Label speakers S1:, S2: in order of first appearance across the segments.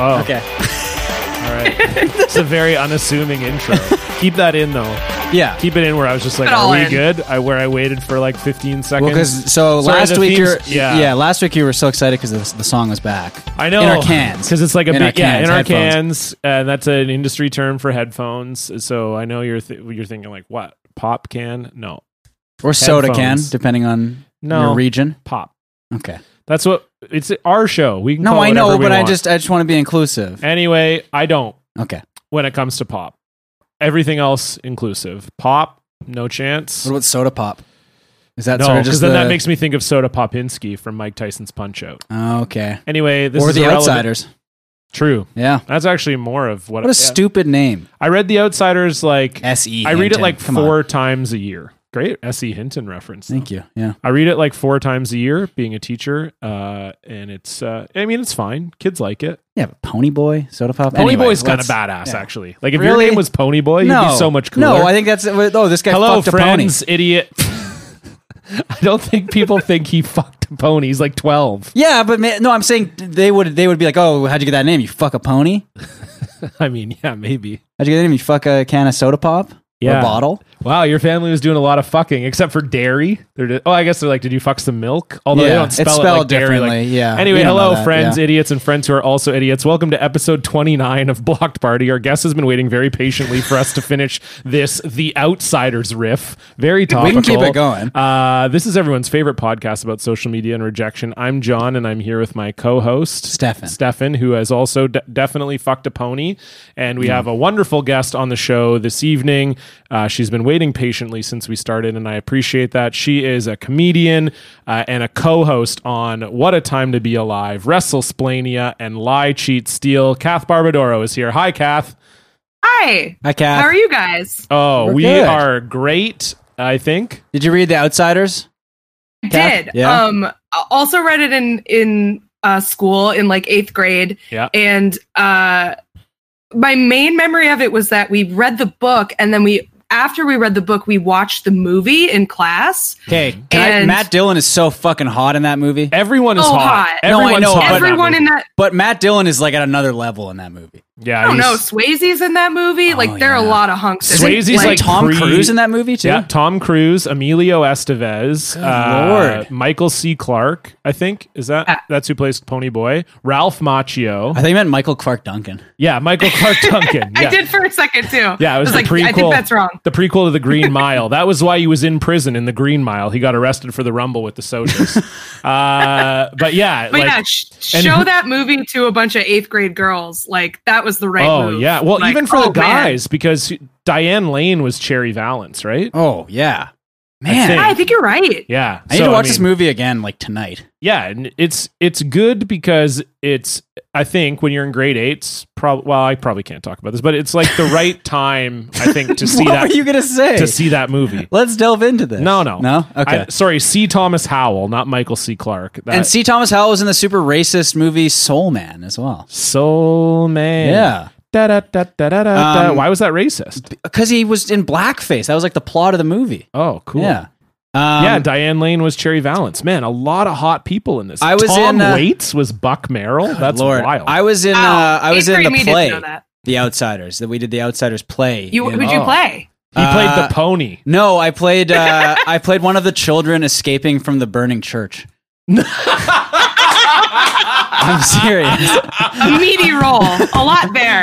S1: Oh,
S2: Okay.
S1: all right. it's a very unassuming intro. Keep that in though.
S2: Yeah.
S1: Keep it in where I was just like,
S3: it all
S1: "Are we
S3: in."
S1: good?" I where I waited for like 15
S2: Well,
S1: seconds.
S2: because so
S1: Sorry,
S2: last
S1: the
S2: week
S1: themes-
S2: you're
S1: yeah.
S2: yeah. last week you were so excited because the, the song was back.
S1: I know
S2: in our cans
S1: because it's like a
S2: In
S1: big
S2: our
S1: yeah
S2: cans,
S1: in our
S2: headphones.
S1: cans, and that's an industry term for headphones. So I know you're th- you're thinking like what pop can? No,
S2: or soda can
S1: headphones.
S2: depending on
S1: No.
S2: your region.
S1: pop.
S2: Okay.
S1: That's what it's our show. We can
S2: No,
S1: call it
S2: I know,
S1: whatever we
S2: but I
S1: want.
S2: just I just want to be inclusive.
S1: anyway. I don't
S2: Okay.
S1: when it comes to pop. Everything else inclusive. Pop, no chance.
S2: What about soda pop? Is that
S1: no,
S2: sort of
S1: because
S2: just
S1: then
S2: the,
S1: that makes me think of Soda Popinski from Mike Tyson's Punch Out.
S2: oh, okay
S1: Anyway, this
S2: or
S1: is
S2: the
S1: irrelevant.
S2: outsiders?
S1: True.
S2: Yeah.
S1: That's actually more of what,
S2: What a stupid name. E
S1: I read The Outsiders like
S2: S.E.
S1: I read it
S2: Hinton.
S1: like
S2: Come on.
S1: four times a year. Great S.E. Hinton reference.
S2: Thank you. Yeah.
S1: I read it like four times a year, being a teacher, uh, and it's. Uh, I mean, it's fine. Kids like it.
S2: Yeah, but Pony Boy, Soda Pop.
S1: Pony
S2: Anyway,
S1: Boy's kind of
S2: let's-
S1: badass,
S2: yeah.
S1: actually. Like, if
S2: Really?
S1: your name was Pony Boy, you'd
S2: No,
S1: be so much cooler.
S2: No, I think that's oh, this guy
S1: Hello,
S2: fucked
S1: friends,
S2: a pony.
S1: idiot. I don't think people think he fucked a pony. He's like twelve.
S2: Yeah, but ma- no, I'm saying they would they would be like, oh, how'd you get that name? You fuck a pony?
S1: I mean, yeah, maybe.
S2: How'd you get that name? You fuck a can of soda pop? Or
S1: Yeah.
S2: a bottle?
S1: Wow, your family was doing a lot of fucking, except for dairy. They're just, oh, I guess they're like, did you fuck some milk? Although they
S2: Yeah,
S1: don't
S2: it's
S1: spell it like
S2: spelled
S1: dairy, like-
S2: differently, yeah.
S1: Anyway,
S2: We don't
S1: hello,
S2: know that,
S1: friends,
S2: yeah.
S1: idiots, and friends who are also idiots. Welcome to episode 29 of Blocked Party. Our guest has been waiting very patiently for us to finish this The Outsiders riff. Very
S2: We
S1: topical.
S2: can keep it going.
S1: Uh, this is everyone's favorite podcast about social media and rejection. I'm John, and I'm here with my co-host
S2: Stefan.
S1: Stefan, who has also de- definitely fucked a pony, and we have a wonderful guest on the show this evening. Uh, she's been waiting patiently since we started, and I appreciate that. She is a comedian uh, and a co-host on What a Time to Be Alive, WrestleSplania, and Lie, Cheat, Steal. Kath Barbadoro is here. Hi, Kath.
S3: Hi.
S2: Hi, Kath.
S3: How are you guys?
S1: Oh,
S2: We're
S1: we
S2: good.
S1: are great. I think.
S2: Did you read The Outsiders? Kath?
S3: Did.
S2: Yeah.
S3: Um I also read it in in uh school in like 8th grade
S1: Yeah.
S3: and uh my main memory of it was that we read the book and then we after we read the book we watched the movie in class.
S1: Oh,
S2: Okay. can I-
S3: And-
S2: Matt Dillon is so fucking hot in that movie.
S1: Everyone is
S3: Oh,
S1: hot.
S3: hot. No,
S2: I
S1: Everyone's hot
S2: know, but-
S1: in that
S3: Everyone
S1: movie.
S3: in that
S2: But Matt Dillon is like at another level in that movie.
S1: Yeah,
S3: I don't
S1: he's-
S3: know, Swayze's in that movie.
S2: Oh,
S3: like there are a
S2: yeah.
S3: lot of hunks. in it.
S1: Swayze's,
S2: Isn't
S1: like,
S2: Tom
S1: pre-
S2: Cruise in that movie too.
S1: Yeah, Tom Cruise, Emilio Estevez, uh,
S2: Lord.
S1: Michael C. Clark. I think is that
S3: Yeah.
S1: that's who plays Pony Boy. Ralph
S2: I
S1: Macchio.
S2: think you meant Michael Clark Duncan.
S1: Yeah, Michael Clark Duncan.
S3: I
S1: Yeah.
S3: did for a second too.
S1: Yeah, it was,
S3: I
S1: the prequel.
S3: I think that's wrong.
S1: The prequel to the Green Mile. That was why he was in prison in the Green Mile. He got arrested for the rumble with the soldiers. uh, but yeah,
S3: But
S1: like,
S3: yeah, sh-
S1: and-
S3: show that movie to a bunch of eighth grade girls. Like that was the right.
S1: oh
S3: move.
S1: yeah. Well,
S3: Like,
S1: even for
S3: oh,
S1: the
S3: man.
S1: guys, because Diane Lane was Cherry Valance, right?
S2: Oh yeah,
S1: think.
S2: man.
S3: Yeah, I think you're right.
S1: Yeah,
S2: I need
S1: So,
S2: to watch this
S1: mean-
S2: movie again like tonight.
S1: yeah and it's it's good because it's i think when you're in grade eight probably well i probably can't talk about this but it's like the right time i think to see
S2: what
S1: that
S2: were you gonna say?
S1: to see that movie
S2: Let's delve into this.
S1: no no
S2: no. Okay.
S1: I- sorry c thomas howell not michael c clark that
S2: and C. Thomas Howell was in the super racist movie Soul Man as well.
S1: soul man
S2: Yeah,
S1: da, da, da, da, da, da.
S2: Um,
S1: why was that racist
S2: because he was in blackface. That was like the plot of the movie.
S1: oh cool
S2: Yeah. Um,
S1: yeah, Diane Lane was Cherry Valance. Man, a lot of hot people in this.
S2: I was
S1: Tom
S2: in, uh,
S1: Waits was Buck Merrill. That's
S2: Lord.
S1: wild.
S2: I was in. Uh,
S3: Wow.
S2: I was
S3: Eighth
S2: in the
S3: grade me didn't
S2: play,
S3: know that.
S2: The Outsiders. That we did the Outsiders play.
S3: You
S2: in-
S3: who'd you
S1: Oh.
S3: play?
S1: he played
S2: uh,
S1: the pony.
S2: No, I played. Uh, I played one of the children escaping from the burning church. I'm serious.
S3: A meaty role. A lot there.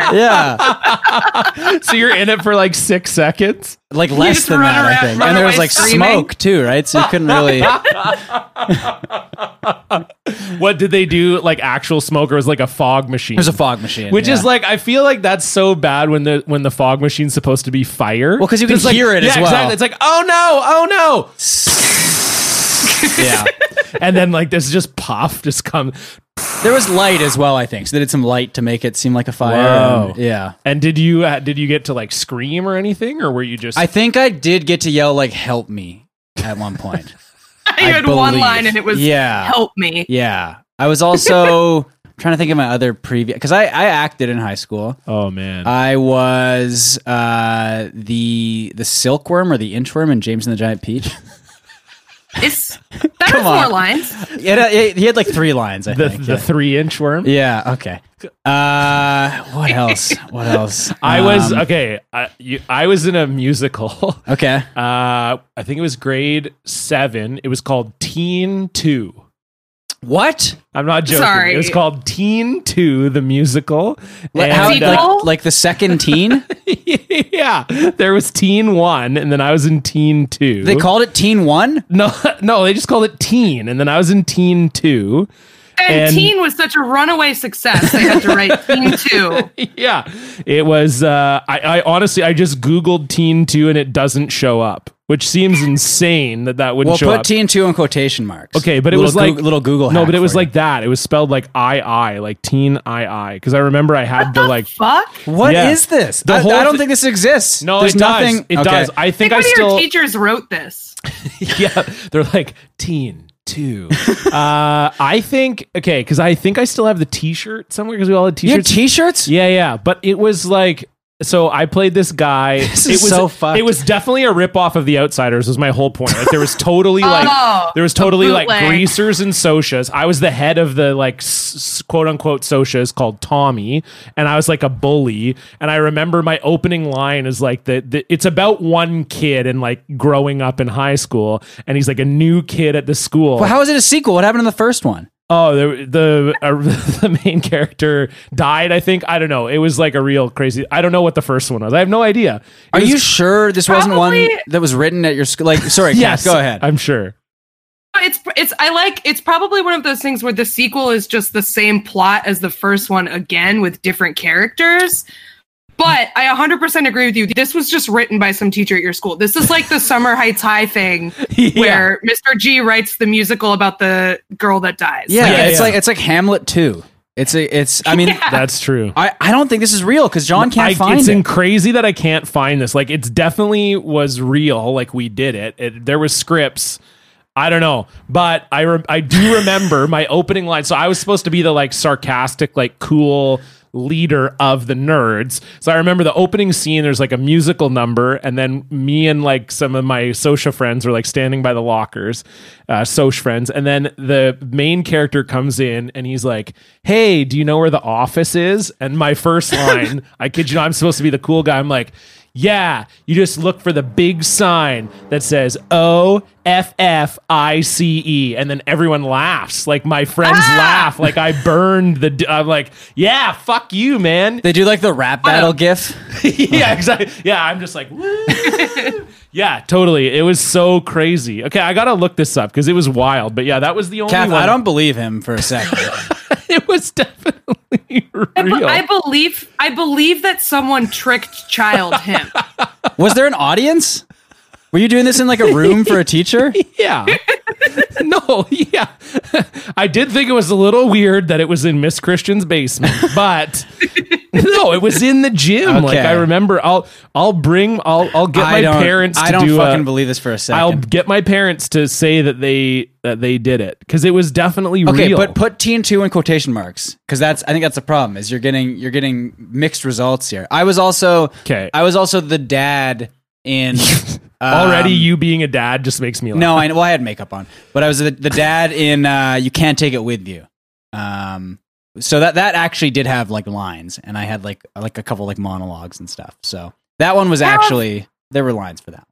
S2: Yeah,
S1: so you're in it for like six seconds.
S2: like less
S3: just
S2: than
S3: run
S2: that, I
S3: around-
S2: think.
S3: run
S2: And there
S3: away
S2: was like
S3: screaming?
S2: smoke too, right? So you couldn't really.
S1: What did they do? Like actual smoke, or was it like a fog machine?
S2: There's a fog machine,
S1: Which is
S2: yeah.
S1: like I feel like that's so bad when the when the fog machine's supposed to be fire.
S2: Well, 'cause you can
S1: It's like-
S2: hear it
S1: yeah,
S2: as well.
S1: Exactly. It's like oh no, oh
S2: yeah.
S1: no, and then like this just puff just come.
S2: There was light as well, I think. So they did some light to make it seem like a fire.
S1: Whoa.
S2: and- yeah.
S1: And did you uh, did you get to like scream or anything, or were you just
S2: I think I did get to yell like "Help me" at one point.
S3: you
S2: I
S3: had one
S2: believe.
S3: line and it was
S2: Yeah.
S3: help me.
S2: Yeah. I was also trying to think of my other previous because I, I acted in high school.
S1: oh man,
S2: I was uh, the the silkworm or the inchworm in James and the Giant Peach.
S3: It's that had
S2: Come on.
S3: four lines.
S2: He had, uh, he had like three lines, I
S1: The,
S2: think.
S1: the three inch worm.
S2: yeah, okay. Uh, what else? What else?
S1: I was
S2: Um,
S1: okay. I, you, I was in a musical.
S2: okay.
S1: Uh, I think it was grade seven. It was called Teen Two.
S2: What?
S1: I'm not joking.
S3: Sorry.
S1: It was called Teen Two, the musical. And,
S2: Like, how,
S1: uh,
S2: like, like the second teen?
S1: yeah, there was Teen One, and then I was in Teen Two.
S2: they called it Teen One.
S1: no, no, they just called it Teen, and then I was in Teen Two.
S3: And,
S1: And-
S3: Teen was such a runaway success. They had to write Teen 2.
S1: yeah, it was. Uh, I, I honestly, I just googled Teen Two, and it doesn't show up, which seems insane that that wouldn't
S2: Well,
S1: show
S2: put
S1: up.
S2: Teen Two in quotation marks.
S1: Okay, but it
S2: Little
S1: was like
S2: Goog- little Google.
S1: No,
S2: hack
S1: but it was
S2: for you.
S1: like that. It was spelled like I I, like teen I I, because I remember I had the like.
S3: Fuck.
S2: what is
S1: Yeah.
S2: this?
S1: The
S2: I,
S1: whole
S2: I don't
S1: thi-
S2: think this exists.
S1: No,
S2: There's
S1: it
S2: nothing.
S1: does. It
S2: okay.
S1: does. I
S3: I think
S1: think I
S3: one of
S1: still.
S3: your teachers wrote this.
S1: yeah, they're like teen two. uh, I think okay, because I think I still have the T-shirt somewhere because we all had
S2: You have
S1: T-shirts.
S2: T-shirts.
S1: yeah, yeah, but it was like. So I played this guy.
S2: This
S1: it
S2: is
S1: was
S2: so fucked.
S1: It was definitely a ripoff of The Outsiders. Was my whole point. Like there was totally like
S3: Oh,
S1: there was
S3: a
S1: totally like
S3: bootleg.
S1: greasers and socias. I was the head of the like s- quote unquote socias called Tommy, and I was like a bully. And I remember my opening line is like the, the it's about one kid and like growing up in high school, and he's like a new kid at the school.
S2: Well, how is it a sequel? What happened in the first one?
S1: Oh, the the, uh, the main character died. I think I don't know. It was like a real crazy. I don't know what the first one was. I have no idea. It
S2: Are
S1: was-
S2: you sure this wasn't one
S3: probably-
S2: that was written at your school? Like, sorry, yes,
S1: Yes,
S2: go ahead.
S1: I'm sure.
S3: It's it's I like it's probably one of those things where the sequel is just the same plot as the first one again with different characters. But I 100% agree with you. This was just written by some teacher at your school. This is like the Summer Heights High thing where Mr. G writes the musical about the girl that dies.
S2: yeah,
S1: Yeah,
S2: it's
S1: yeah.
S2: like it's like Hamlet two. It's a it's. I mean,
S1: that's true.
S2: I I don't think this is real because John can't
S1: I,
S2: find
S1: it's
S2: it.
S1: in- crazy that I can't find this. Like, it's definitely was real. Like, we did it. It- there was scripts. I don't know, but I re- I do remember my opening line. So I was supposed to be the like sarcastic, like cool leader of the nerds. So I remember the opening scene. There's like a musical number, and then me and like some of my social friends were like standing by the lockers, uh, social friends, and then the main character comes in and he's like, "Hey, do you know where the office is?" And my first line, I kid you not, I'm supposed to be the cool guy. I'm like. Yeah, you just look for the big sign that says O F F I C E, and then everyone laughs. Like my friends
S2: Ah!
S1: laugh. Like I burned the. D- I'm like, yeah, fuck you, man.
S2: they do like the rap battle gif.
S1: yeah, exactly. Yeah, I'm just like, woo. yeah, totally. It was so crazy. Okay, I gotta look this up because it was wild. But yeah, that was the only
S2: Kath,
S1: one.
S2: I don't believe him for a second.
S1: it was definitely
S3: I, be-
S1: real.
S3: I believe I believe that someone tricked child him.
S2: Was there an audience? Were you doing this in like a room for a teacher?
S1: Yeah. no, yeah. I did think it was a little weird that it was in Miss Christian's basement, but no, it was in the gym. Like
S2: Okay.
S1: I remember I'll I'll bring I'll I'll get
S2: I
S1: my
S2: don't,
S1: parents to
S2: I don't
S1: do
S2: fucking
S1: a,
S2: believe this for a 2nd
S1: I'll get my parents to say that they that they did it cuz it was definitely
S2: okay,
S1: real.
S2: but put teen two in quotation marks because that's I think that's the problem is you're getting you're getting mixed results here. I was also
S1: 'Kay.
S2: I was also the dad in
S1: Already
S2: um,
S1: you being a dad just makes me laugh.
S2: No, I well I had makeup on, but I was the, the dad in uh, you can't take it with you. Um, so that that actually did have like lines, and I had like like a couple like monologues and stuff. So that one was actually there were lines for that.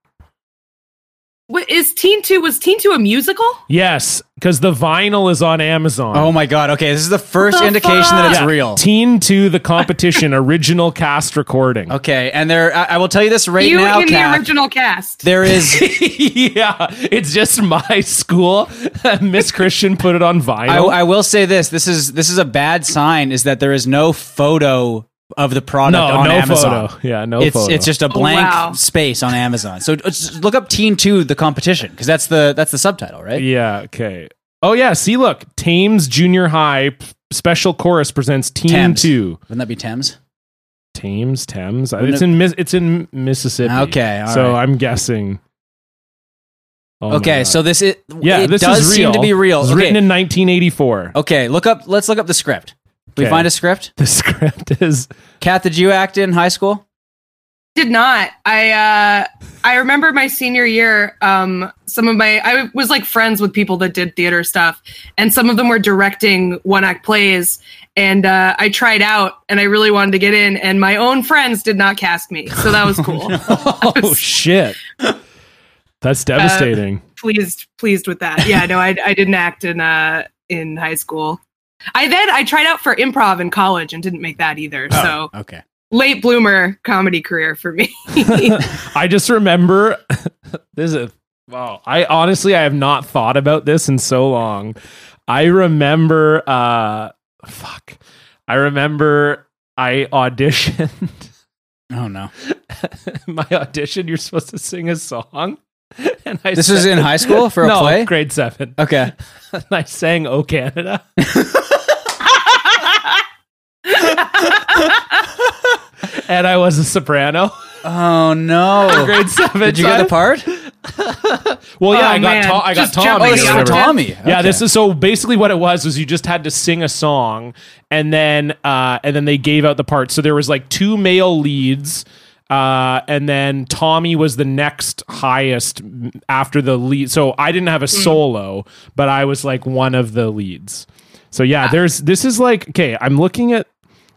S3: What is Teen 2 was Teen 2 a musical?
S1: Yes, cuz the vinyl is on Amazon.
S2: Oh my god! Okay, this is the first
S3: The
S2: indication that it's
S1: Yeah,
S2: real.
S1: Teen to the competition original cast recording.
S2: Okay, and there I, I will tell you this right
S3: you
S2: now,
S3: in
S2: Kath,
S3: the original cast.
S2: there is.
S1: yeah, it's just my school. Miss Christian put it on
S2: I,
S1: vinyl.
S2: I will say this. This is this is a bad sign. Is that there is no photo of the product
S1: no,
S2: on
S1: no
S2: Amazon.
S1: photo. Yeah, no
S2: it's
S1: photo.
S2: it's just a blank
S3: Oh, wow.
S2: space on Amazon. So uh, just look up Teen Two: The Competition because that's the that's the subtitle, right?
S1: yeah. Okay. Oh yeah. See, look, Thames Junior High p- special chorus presents Team
S2: Thames.
S1: Two.
S2: Wouldn't that be Thames?
S1: Thames, Thames. I-
S2: Wouldn't
S1: It's
S2: it-
S1: in Mis- it's in Mississippi.
S2: Okay, all
S1: so
S2: right.
S1: I'm guessing. Oh my
S2: okay,
S1: God.
S2: so this is
S1: yeah,
S2: It
S1: this
S2: does
S1: is real.
S2: seem to be real.
S1: It's
S2: okay.
S1: written in 1984.
S2: okay, look up. Let's look up the script. Can We
S1: Okay.
S2: find a script.
S1: The script is
S2: Kat, did you act in high school?
S4: did not. I uh, I remember my senior year. Um, some of my I was like friends with people that did theater stuff, and some of them were directing one act plays. And uh, I tried out, and I really wanted to get in, and my own friends did not cast me, so that was cool. I
S1: Oh
S4: was
S1: shit. That's devastating.
S4: pleased pleased with that. Yeah, no, I I didn't act in uh in high school. I then I tried out for improv in college and didn't make that either. So
S2: Okay.
S4: late bloomer comedy career for me.
S1: I just remember this is a, wow. I honestly I have not thought about this in so long. I remember uh fuck. I remember I auditioned
S2: Oh no.
S1: my audition you're supposed to sing a song. And I
S2: This was
S1: sang-
S2: in high school for a
S1: no,
S2: play?
S1: grade 7.
S2: Okay.
S1: And I sang "Oh Canada." and I was a soprano.
S2: Oh no.
S1: Grade 7.
S2: Did you get the part?
S1: Well, yeah,
S4: Oh,
S1: I got
S4: man.
S1: Tom, I got
S4: Just
S1: Tommy. or
S4: jumping
S2: Oh, this is for
S1: whatever.
S2: Tommy.
S1: Yeah,
S2: Okay.
S1: this is so basically what it was was you just had to sing a song and then uh and then they gave out the parts. So there was like two male leads uh and then Tommy was the next highest m- after the lead. So I didn't have a
S2: Mm.
S1: solo, but I was like one of the leads. So
S2: Ah.
S1: yeah, there's this is like okay, I'm looking at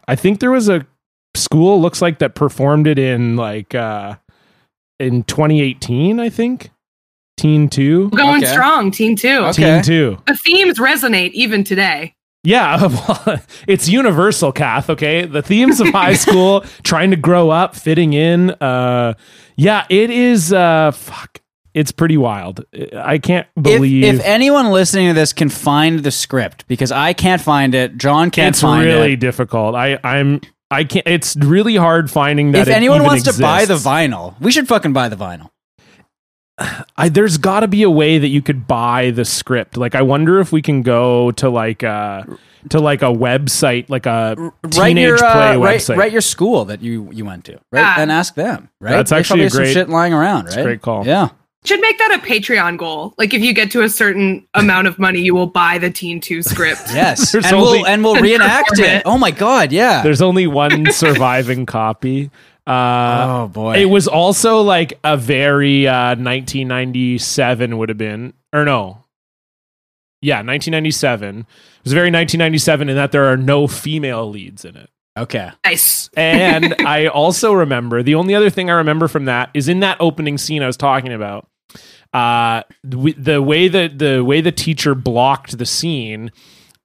S1: I think there was a school looks like that performed it in like uh in 2018, I think. Teen 2.
S4: Going
S2: Okay.
S4: strong, team two.
S2: Okay.
S1: Teen 2.
S4: The themes resonate even today.
S1: Yeah, well, it's universal, Kath. Okay, the themes of high school, trying to grow up, fitting in. Uh, yeah, it is. Uh, fuck, it's pretty wild. I can't
S2: If,
S1: believe
S2: if anyone listening to this can find the script, because I can't find it, John can't
S1: it's
S2: find
S1: really
S2: it.
S1: difficult. I, I'm, I can't. It's really hard finding that.
S2: If
S1: it
S2: anyone
S1: even
S2: wants to buy the
S1: exists.
S2: vinyl, we should fucking buy the vinyl.
S1: I, there's got to be a way that you could buy the script. Like, I wonder if we can go to like a to like a website, like a teenage
S2: write your
S1: play
S2: uh, write,
S1: website.
S2: write your school that you you went to, right?
S4: Yeah.
S2: And ask them, right?
S1: That's
S2: They
S1: actually
S2: probably
S1: a
S2: have some
S1: great-
S2: shit lying around, right?
S1: a great call.
S2: Yeah.
S4: Should make that a Patreon goal. Like if you get to a certain amount of money, you will buy the Teen Two script.
S2: Yes.
S1: There's
S2: and we'll
S1: only-
S2: and we'll
S4: And
S2: reenact
S4: perform
S2: it.
S4: it.
S2: Oh my god, yeah.
S1: There's only one surviving copy. Uh,
S2: oh boy.
S1: It was also like a very uh, 1997 would have been, or no, yeah, 1997. It was very 1997 in that there are no female leads in it.
S2: okay.
S4: Nice.
S1: And I also remember the only other thing I remember from that is in that opening scene I was talking about. Uh, we, the way that the way the teacher blocked the scene,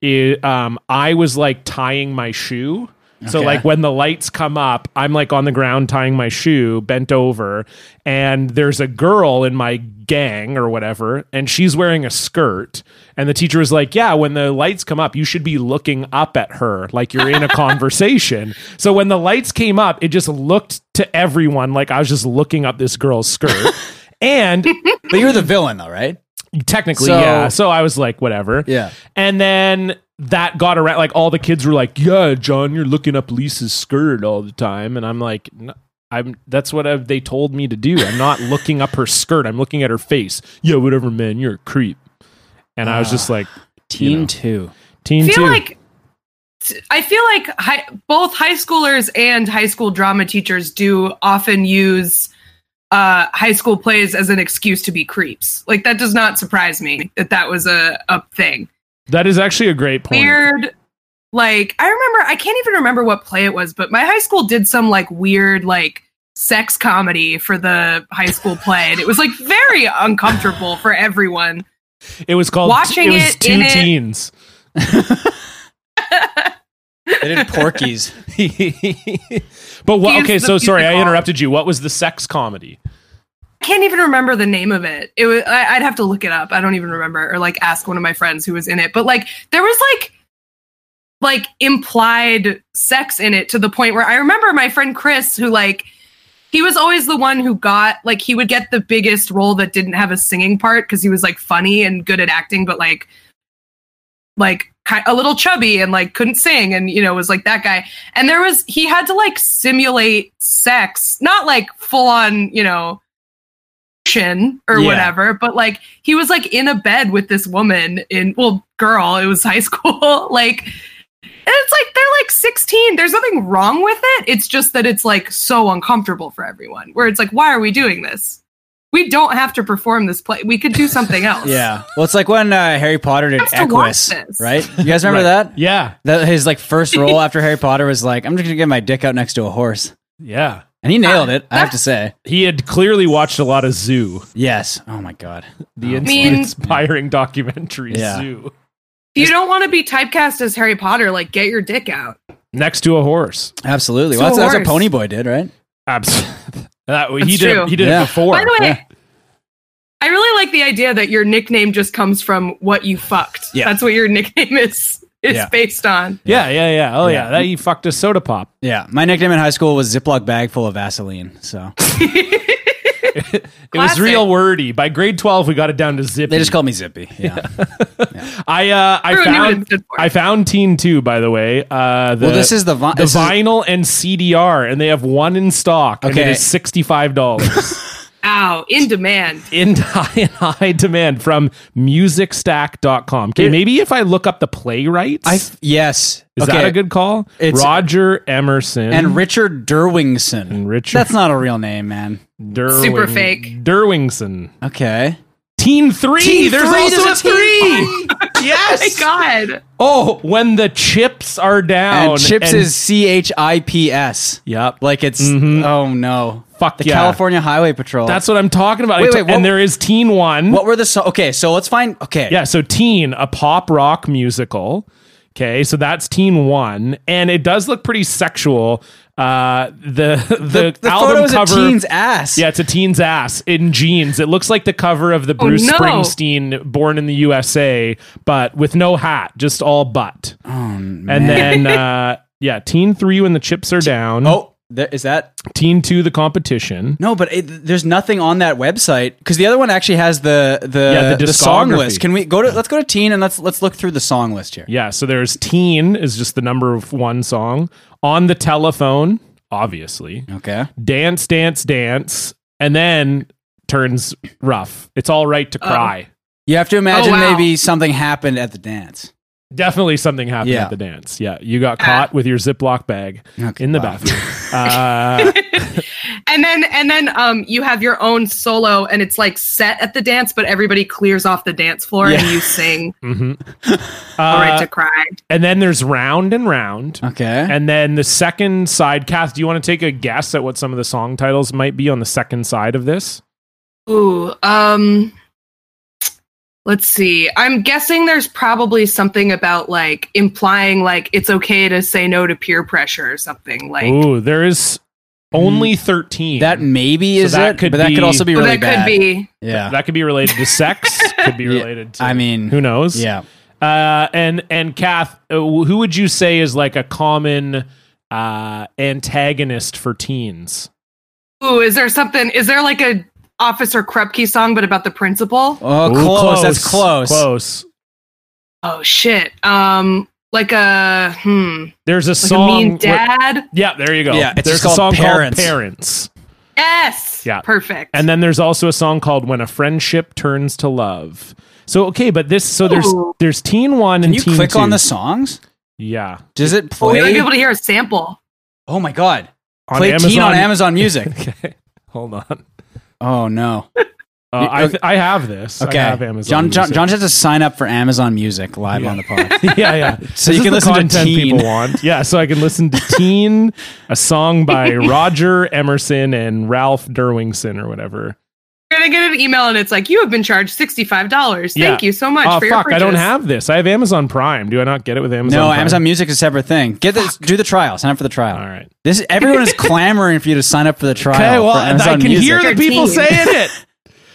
S1: it, um, I was like tying my shoe. So
S2: Okay.
S1: like when the lights come up, I'm like on the ground tying my shoe, bent over, and there's a girl in my gang or whatever, and she's wearing a skirt. And the teacher was like, "Yeah, when the lights come up, you should be looking up at her like you're in a conversation." So when the lights came up, it just looked to everyone like I was just looking up this girl's skirt. and
S2: But you were the villain though, right?
S1: technically,
S2: So-
S1: yeah. So I was like, whatever.
S2: Yeah.
S1: And then that got around. Like all the kids were like, "Yeah, John, you're looking up Lisa's skirt all the time," and I'm like, "N- "I'm that's what i they told me to do. I'm not looking up her skirt. I'm looking at her face. Yeah, whatever, man. You're a creep." And I was just like,
S2: Teen
S1: know.
S2: 2.
S1: "Teen
S4: I Ah. feel
S1: two,
S4: like I feel like high, both high schoolers and high school drama teachers do often use uh, high school plays as an excuse to be creeps. Like that does not surprise me that that was a, a thing.
S1: that is actually a great point."
S4: weird like i remember i can't even remember what play it was but my high school did some like weird like sex comedy for the high school play and it was like very uncomfortable for everyone
S1: It was called
S4: Watching
S1: it was
S4: it,
S1: two
S4: in it.
S1: teens.
S2: They did Porky's.
S1: but what?
S4: Here's
S1: Okay,
S4: the
S1: so sorry, I
S4: musical.
S1: interrupted you. What was the sex comedy?
S4: i can't even remember the name of it it was I, i'd have to look it up i don't even remember or like ask one of my friends who was in it but like there was like like implied sex in it to the point where i remember my friend chris who like he was always the one who got like he would get the biggest role that didn't have a singing part because he was like funny and good at acting but like like ki- a little chubby and like couldn't sing and you know was like that guy and there was he had to like simulate sex not like full on you know chin or
S2: Yeah.
S4: whatever but like he was like in a bed with this woman in well girl it was high school like And it's like they're like 16. There's nothing wrong with it. It's just that it's like so uncomfortable for everyone. Where it's like, why are we doing this? We don't have to perform this play. We could do something else.
S2: Yeah. Well, it's like when uh, Harry Potter did
S4: Who has to watch
S2: Equus,
S4: this?
S2: right? You guys remember that?
S1: Yeah.
S2: that? His like first role after Harry Potter was like, I'm just gonna get my dick out next to a horse,
S1: Yeah.
S2: and he nailed
S4: Ah,
S2: it. I have to say,
S1: He had clearly watched a lot of Zoo,
S2: yes. Oh my god.
S1: the ins-
S4: mean-
S1: inspiring documentary
S2: Yeah.
S1: Zoo,
S4: If you don't want to be typecast as Harry Potter, like get your dick out.
S1: next to a horse.
S2: Absolutely.
S4: So
S2: Well, that's, that's what
S4: worse.
S2: Pony Boy did, right?
S1: Abs- that he
S4: That's
S1: did.
S4: true.
S1: He did
S2: Yeah.
S1: it before.
S4: By the way,
S2: yeah.
S4: I really like the idea that your nickname just comes from what you fucked.
S2: Yeah.
S4: That's what your nickname is is
S2: Yeah.
S4: based on.
S1: yeah, yeah, yeah. Oh yeah,
S2: Yeah.
S1: that he fucked a soda pop.
S2: Yeah. My nickname in high school was Ziploc bag full of Vaseline. So
S1: It was
S4: Classic.
S1: real wordy. By grade twelve, we got it down to zip.
S2: they just called me Zippy. Yeah.
S1: I uh, I
S4: Everyone knew what it
S1: found
S4: stood for.
S1: I found Teen Two by the way. Uh, the,
S2: well, this is the, vi-
S1: the
S2: this is-
S1: vinyl and CDR, and they have one in stock, and
S2: Okay.
S1: it is sixty five dollars
S4: Ow, in demand.
S1: in high, in high demand from musicstack.com. Okay, maybe if I look up the playwrights,
S2: I f- yes.
S1: is that a good call?
S2: It's-
S1: Roger Emerson
S2: And Richard Derwingson.
S1: and Richard
S2: That's not a real name, man.
S1: Derwing-
S4: Super fake.
S1: Derwingson.
S2: Okay.
S1: Teen Three. there's also a three.
S4: My
S2: yes.
S4: God.
S1: Oh, when the chips are down.
S2: And Chips
S1: Oh, and-
S2: is C H I P S.
S1: Yep.
S2: Like it's
S1: Mhm.
S2: oh no.
S1: Fuck
S2: the
S1: yeah.
S2: California Highway Patrol.
S1: That's what I'm talking about.
S2: Wait,
S1: It's-
S2: wait, what-
S1: and there is Teen One.
S2: what were the so- okay. So let's find okay.
S1: Yeah, so Teen, a pop rock musical. Okay, so that's Teen One, and it does look pretty sexual. Uh, the the,
S2: The, the
S1: album
S2: photos
S1: cover.
S2: of teens ass.
S1: yeah, it's a teen's ass in jeans. It looks like the cover of the
S2: Oh,
S1: Bruce
S4: no.
S1: Springsteen "Born in the USA," but with no hat, just all butt.
S2: Oh, man.
S1: And then, uh, yeah, Teen Three when the chips are down.
S2: oh, there, is that
S1: Teen Two the competition.
S2: no? But it, there's nothing on that website because the other one actually has the the,
S1: Yeah, the
S2: the, song
S1: discography.
S2: list. Can we go to let's go to teen and let's let's look through the song list here.
S1: Yeah, so there's Teen is just the number of one song. On the telephone, obviously.
S2: Okay.
S1: Dance, dance, dance, and then turns rough. It's all right to cry.
S2: You have to imagine
S4: Oh, wow.
S2: maybe something happened at the dance.
S1: Definitely something happened
S2: Yeah.
S1: at the dance. Yeah, you got caught with your Ziploc bag
S2: Okay,
S1: in the
S2: wow.
S1: bathroom. Uh,
S4: And then and then um you have your own solo and it's like set at the dance, but everybody clears off the dance floor
S2: Yeah.
S4: and you sing
S1: mhm.
S4: All Right
S1: Uh,
S4: to Cry.
S1: and then there's round and round.
S2: Okay.
S1: And then the second side, Kath, do you want to take a guess at what some of the song titles might be on the second side of this?
S4: Ooh, um let's see. I'm guessing there's probably something about like implying like it's okay to say no to peer pressure or something like
S1: Ooh, there is only 13.
S2: Mm, that maybe
S1: So
S2: is
S1: that
S2: it,
S1: could
S2: but that
S1: be-
S2: could also be
S4: So
S2: really
S4: that
S2: bad.
S4: could be
S2: Yeah.
S1: That could be related to sex. could be related to.
S2: I mean,
S1: who knows?
S2: yeah.
S1: Uh, and and Kath, uh, who would you say is like a common uh, antagonist for teens?
S4: Ooh, is there something? Is there like a Officer Krupke song, but about the principal?
S2: Oh,
S1: Ooh,
S2: close. That's close.
S1: Close.
S4: Oh shit! Um, like a hmm,
S1: There's a
S4: like
S1: song.
S4: a mean
S1: where-
S4: dad.
S1: yeah, there you go.
S2: Yeah, it's
S1: there's
S2: just called
S1: a song
S2: Parents.
S1: called Parents.
S4: yes.
S1: Yeah.
S4: Perfect.
S1: And then there's also a song called When a Friendship Turns to Love. So okay, but this so there's
S4: Ooh.
S1: there's Teen One
S2: Can
S1: and
S2: you
S1: Teen
S2: click
S1: Two.
S2: on the songs?
S1: Yeah,
S2: Does it
S4: oh, we might be
S2: play?
S4: able to hear a sample.
S2: Oh my god!
S1: on
S2: play
S1: Amazon.
S2: Teen on Amazon Music.
S1: Okay, hold on.
S2: oh no.
S1: Uh, I th- I have this.
S2: Okay.
S1: I have Amazon.
S2: John, John
S1: Music.
S2: John has to sign up for Amazon Music live
S1: Yeah.
S2: on the pod.
S1: yeah, yeah.
S2: So you
S1: is
S2: can
S1: the
S2: listen to
S1: content
S2: Teen.
S1: people want. Yeah, so I can listen to Teen, a song by Roger Emerson and Ralph Derwingson or whatever.
S4: You're gonna get an email, and it's like you have been charged sixty five dollars. Thank
S1: Yeah.
S4: you so much
S1: Oh
S4: for your
S1: fuck, I don't
S4: purchase.
S1: have this. I have Amazon Prime. Do I not get it with Amazon?
S2: no,
S1: Prime?
S2: Amazon Music is a separate thing. Get this. Do the trial. Sign up for the trial.
S1: All right.
S2: This everyone is clamoring for you to sign up for the trial.
S1: Okay, well,
S2: for
S1: I
S2: Amazon
S1: can
S2: Music.
S1: hear the
S4: Your
S1: people
S4: team.
S1: saying it.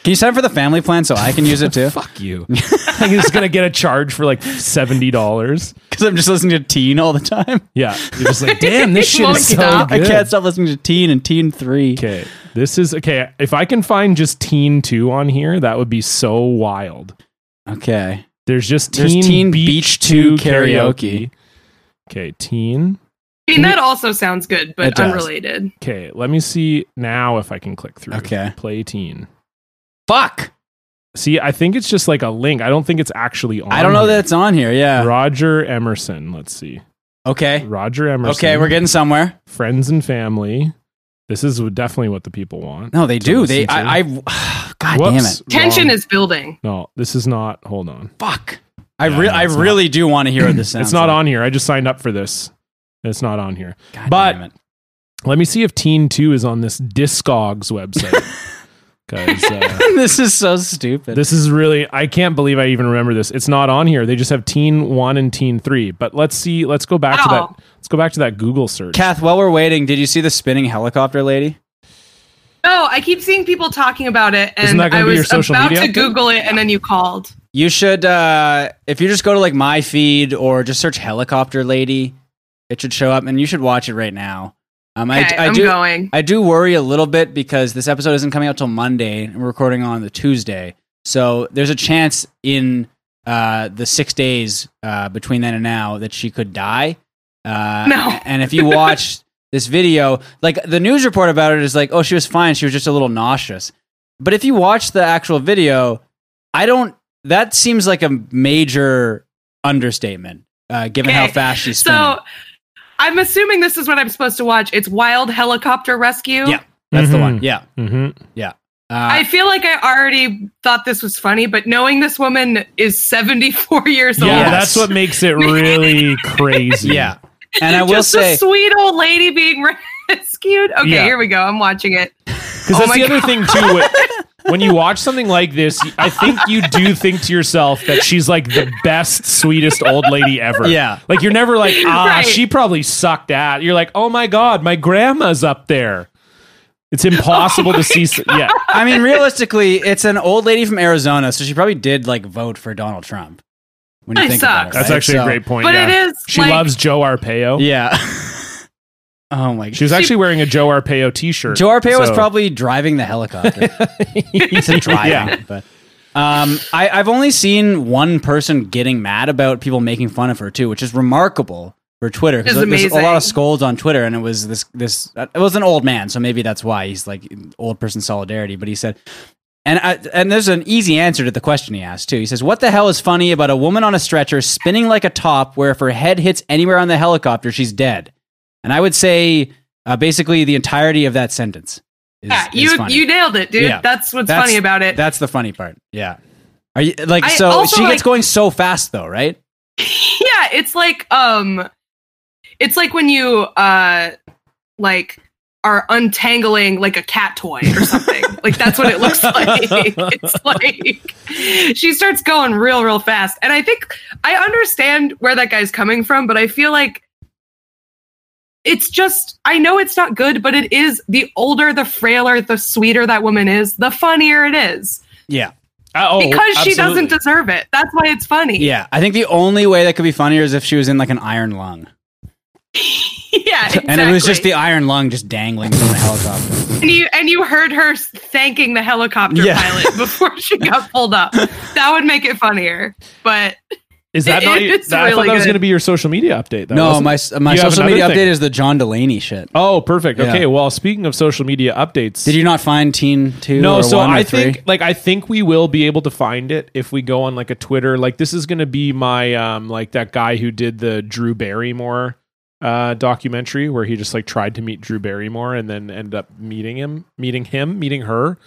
S2: Can you sign up for the family plan so I can use it too?
S1: fuck you. I'm just gonna get a charge for like seventy dollars.
S2: Because I'm just listening to Teen all the time.
S1: Yeah, you're just like, damn, this shit
S4: Won't
S1: is so
S4: stop.
S1: good.
S2: I can't stop listening to Teen and Teen Three.
S1: Okay, this is okay. If I can find just Teen Two on here, that would be so wild.
S2: Okay.
S1: There's just Teen,
S2: There's Teen
S1: Beach,
S2: Beach
S1: 2
S2: 2 karaoke.
S1: karaoke. Okay, Teen.
S4: I mean, that also sounds good,
S2: It
S4: but
S2: does.
S4: unrelated.
S1: Okay, let me see now if I can click through.
S2: Okay.
S1: Play Teen.
S2: Fuck.
S1: See, I think it's just like a link. I don't think it's actually on.
S2: I don't know
S1: here.
S2: that it's on here. Yeah.
S1: Roger Emerson. Let's see.
S2: Okay.
S1: Roger Emerson.
S2: Okay, we're getting somewhere.
S1: friends and family. This is definitely what the people want.
S2: No, they
S1: to
S2: do.
S1: listen
S2: They.
S1: to.
S2: I. I God damn
S1: Whoops,
S2: it.
S4: Tension
S1: wrong.
S4: is building.
S1: no. This is not. Hold on.
S2: Fuck. I
S1: Yeah,
S2: re-
S1: no,
S2: I
S1: it's not.
S2: really do want to hear what this sounds.
S1: It's not
S2: like.
S1: on here. I just signed up for this. It's not on here.
S2: God
S1: but-
S2: damn it.
S1: Let me see if Teen Two is on this Discogs website. Because uh,
S2: this is so stupid.
S1: this is really, I can't believe I even remember this. It's not on here. They just have Teen One and Teen Three. But let's see. Let's go back to
S4: Ow.
S1: that. Let's go back to that Google search.
S2: Kath, while we're waiting, did you see the spinning helicopter lady?
S4: No, I keep seeing people talking about it, and
S1: Isn't that gonna
S4: I
S1: be
S4: was
S1: your social
S4: about
S1: media?
S4: to Google it, and then you called.
S2: You should, uh, if you just go to like my feed or just search helicopter lady, it should show up, and you should watch it right now. Um,
S4: Okay,
S2: I, I
S4: am
S2: do,
S4: going.
S2: I do worry a little bit because this episode isn't coming out till Monday, and we're recording on the Tuesday, so there's a chance in uh, the six days uh, between then and now that she could die. Uh,
S4: No.
S2: And if you watch this video, like the news report about it is like, oh, she was fine. She was just a little nauseous. But if you watch the actual video, I don't. That seems like a major understatement, uh, given how
S4: Okay,
S2: fast she's spinning.
S4: So, I'm assuming this is what I'm supposed to watch. It's Wild Helicopter Rescue.
S2: Yeah. That's the
S1: Mhm.
S2: one. Yeah.
S1: hmm
S2: Uh,
S4: I feel like I already thought this was funny, but knowing this woman is 74 years old,
S1: Yeah,
S2: Yes.
S1: that's what makes it really crazy.
S2: yeah. And I will
S4: just
S2: say,
S4: a sweet old lady being rescued. Okay,
S1: Yeah.
S4: here we go. I'm watching it.
S1: Because
S4: Oh
S1: that's
S4: my
S1: the other thing too. When, when you watch something like this, I think you do think to yourself that she's like the best, sweetest old lady ever.
S2: Yeah.
S1: Like you're never like, ah,
S4: Right.
S1: she probably sucked at. You're like, oh my god, my grandma's up there. It's impossible to see. s- Yeah,
S2: I mean, realistically, it's an old lady from Arizona, so she probably did like vote for Donald Trump. When
S4: That
S2: it,
S4: sucks.
S1: that's
S2: right?
S1: actually
S2: So-
S1: a great point.
S4: But
S1: yeah.
S4: it is.
S1: She
S4: like,
S1: loves Joe Arpaio.
S2: Yeah. oh my
S1: She
S2: god.
S1: was actually wearing a Joe Arpaio T-shirt.
S2: Joe Arpaio was
S1: so-
S2: probably driving the helicopter. He's a driving,
S1: Yeah.
S2: but um, I, I've only seen one person getting mad about people making fun of her too, which is remarkable for Twitter
S4: It's
S2: there's a lot of
S4: amazing.
S2: scolds on Twitter, and it was this this it was an old man, so maybe that's why he's like old person solidarity. But he said, and I, and there's an easy answer to the question he asked too. He says, "What the hell is funny about a woman on a stretcher spinning like a top, where if her head hits anywhere on the helicopter, she's dead?" And I would say uh, basically the entirety of that sentence. Is,
S4: Yeah,
S2: is
S4: you
S2: funny.
S4: you nailed it, dude.
S2: Yeah.
S4: That's what's
S2: That's-
S4: funny about it.
S2: That's the funny part. Yeah. Are you like
S4: I
S2: so
S4: also
S2: she gets
S4: like-
S2: going so fast though, right?
S4: yeah, it's like um, it's like when you uh, like are untangling like a cat toy or something. like that's what it looks like. It's like she starts going real, real fast, and I think I understand where that guy's coming from, but I feel like. It's just, I know it's not good, but it is the older, the frailer, the sweeter that woman is, the funnier it is.
S2: Yeah.
S1: Uh, oh,
S4: because she
S1: absolutely.
S4: doesn't deserve it. That's why it's funny.
S2: Yeah. I think the only way that could be funnier is if she was in like an iron lung.
S4: yeah. Exactly.
S2: And it was just the iron lung just dangling from the helicopter.
S4: and you and you heard her s- thanking the helicopter
S2: Yeah.
S4: pilot before she got pulled up. That would make it funnier. But
S1: Is that
S4: It
S1: not? your-
S4: is
S1: that, I thought
S4: really
S1: that was
S4: good.
S1: going to be your social media update. That
S2: no,
S1: wasn't
S2: my my
S1: You have
S2: social
S1: another
S2: media
S1: thing.
S2: update is the John Delaney shit.
S1: Oh, perfect.
S2: Yeah.
S1: Okay. Well, speaking of social media updates,
S2: Did you not find teen 2
S1: No,
S2: or
S1: so
S2: 1 or
S1: I
S2: 3?
S1: think like I think we will be able to find it if we go on like a Twitter. Like this is going to be my um like that guy who did the Drew Barrymore uh documentary where he just like tried to meet Drew Barrymore and then ended up meeting him, meeting him, meeting her.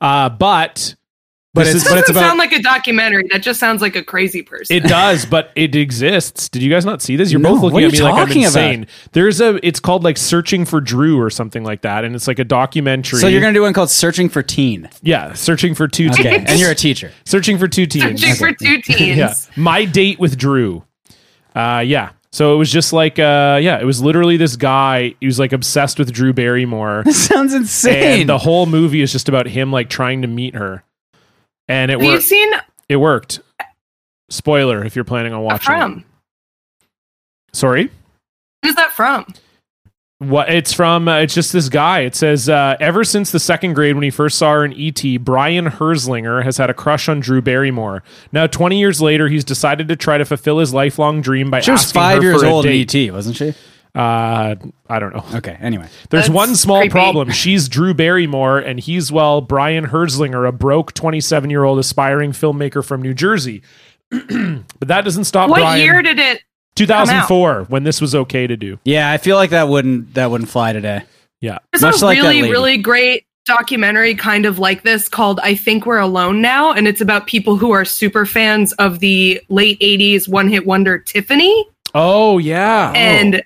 S1: Uh but
S2: But
S1: this
S2: it's-
S1: is-
S4: this doesn't sound like a documentary. That just sounds like a crazy person.
S1: it does, but it exists. Did you guys not see this? You're
S2: No,
S1: both looking
S2: what are
S1: at me
S2: you
S1: like I'm
S2: talking about?
S1: insane. There's a it's called like Searching for Drew or something like that and it's like a documentary.
S2: So you're going to do one called Searching for Teen.
S1: Yeah, searching for two
S2: Okay.
S1: teens.
S2: and you're a teacher.
S1: searching for two teens.
S4: Searching for two teens.
S1: Yeah. My date with Drew. Uh yeah. So it was just like uh yeah, it was literally this guy who was like obsessed with Drew Barrymore.
S2: Sounds insane.
S1: and the whole movie is just about him like trying to meet her. And it
S4: Have you
S1: worked
S4: seen
S1: it worked. Spoiler if you're planning on watching. it.
S4: from?
S1: Sorry.
S4: Who's that from?
S1: What it's from? Uh, it's just this guy. It says uh, ever since the second grade when he first saw her in ET, Brian Herslinger has had a crush on Drew Barrymore. Now, twenty years later, he's decided to try to fulfill his lifelong dream by
S2: she was
S1: asking
S2: five
S1: her
S2: years
S1: for a
S2: old in E
S1: date.
S2: ET, wasn't she?
S1: Uh, I don't know.
S2: Okay. Anyway.
S1: There's
S4: That's
S1: one small
S4: creepy.
S1: problem. She's Drew Barrymore, and he's well Brian Herslinger, a broke twenty-seven-year-old aspiring filmmaker from New Jersey. but that doesn't stop
S4: What
S1: Uh, Brian.
S4: year did it
S1: 2004 when this was okay to do.
S2: Yeah, I feel like that wouldn't that wouldn't fly today.
S1: Yeah.
S4: There's
S2: Much
S4: a
S2: like that
S4: really,
S2: lady.
S4: really great documentary kind of like this called I Think We're Alone Now, and it's about people who are super fans of the late 80s one hit wonder Tiffany.
S1: Oh yeah.
S4: And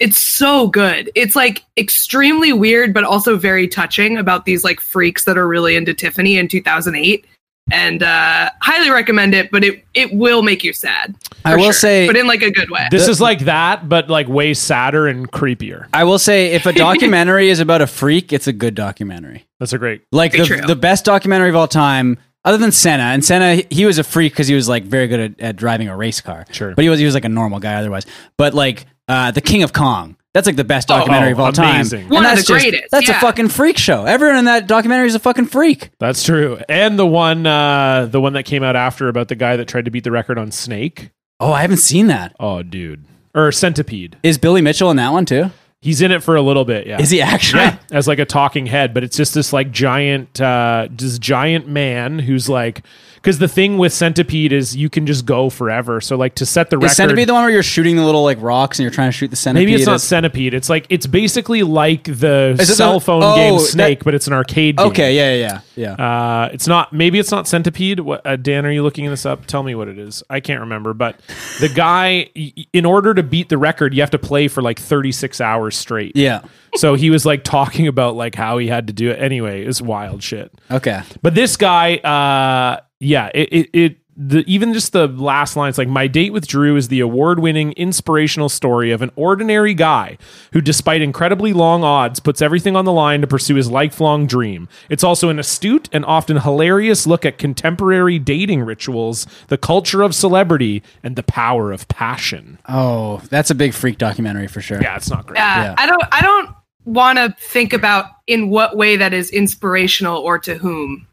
S4: it's so good. It's like extremely weird, but also very touching about these like freaks that are really into Tiffany in 2008. And uh, highly recommend it, but it, it will make you sad.
S2: I
S4: for
S2: will
S4: sure,
S2: say-
S4: but in like a good way.
S1: this is like that, but like way sadder and creepier.
S2: I will say if a documentary is about a freak, it's a good documentary.
S1: That's a great.
S2: Like
S4: Very
S2: the,
S4: true.
S2: the best documentary of all time, other than Senna. And Senna, he- he was a freak because he was like very good at, at driving a race car.
S1: Sure.
S2: but he was he was like a normal guy otherwise. But like uh, the King of Kong, that's like the best documentary
S1: oh,
S2: of all time.
S1: amazing.
S2: And
S4: One of
S2: that's
S4: the greatest,
S2: That's a
S4: yeah.
S2: fucking freak show. Everyone in that documentary is a fucking freak.
S1: That's true. And the one uh the one that came out after about the guy that tried to beat the record on Snake.
S2: Oh, I haven't seen that.
S1: Oh dude. Or Centipede.
S2: Is Billy Mitchell in that one too?
S1: He's in it for a little bit, yeah.
S2: Is he actually?
S1: yeah, as like a talking head, but it's just this like giant, uh, this giant man who's like, because the thing with Centipede is you can just go forever. So like to set the record,
S2: Is centipede the one where you're shooting the little like rocks and you're trying to shoot the centipede?
S1: maybe it's not
S2: as-
S1: Centipede. It's like it's basically like the
S2: Is it
S1: cell
S2: the-
S1: phone
S2: oh,
S1: game
S2: that-
S1: Snake, but it's an arcade. game.
S2: Okay, yeah, yeah, yeah. yeah.
S1: Uh, it's not. Maybe it's not Centipede. What, uh, Dan, are you looking this up? Tell me what it is. I can't remember. But the guy, y- y- in order to beat the record, you have to play for like 36 hours straight.
S2: yeah.
S1: So he was like talking about like how he had to do it. Anyway, it's wild shit.
S2: Okay.
S1: But this guy, uh, yeah, it, it, it the, even just the last line, it's like, My date with Drew is the award winning inspirational story of an ordinary guy who, despite incredibly long odds, puts everything on the line to pursue his lifelong dream. It's also an astute and often hilarious look at contemporary dating rituals, the culture of celebrity, and the power of passion.
S2: Oh, that's a big freak documentary for sure.
S1: Yeah, it's not great.
S4: Yeah.
S2: Yeah.
S4: I don't I don't want to think about in what way that is inspirational or to whom.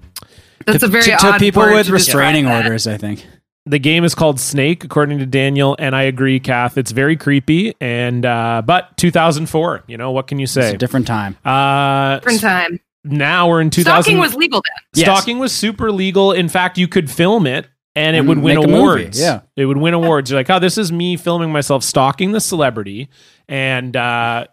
S4: That's a very
S2: to, to
S4: odd
S2: people
S4: word
S2: with
S4: to describe
S2: restraining
S4: that.
S2: orders, I think.
S1: the game is called Snake, according to Daniel, and I agree, Kath. It's very creepy, and uh, but 2004. You know what can you
S2: It's
S1: say?
S2: a different time.
S1: Uh,
S4: Different time.
S1: now we're in 2000.
S4: Stalking was legal then.
S2: Yes.
S1: Stalking was super legal. In fact, you could film it. And it
S2: And
S1: would win
S2: Mm, make a movie,
S1: awards.
S2: yeah.
S1: it would win awards. You're like, oh, this is me filming myself stalking the celebrity, and uh,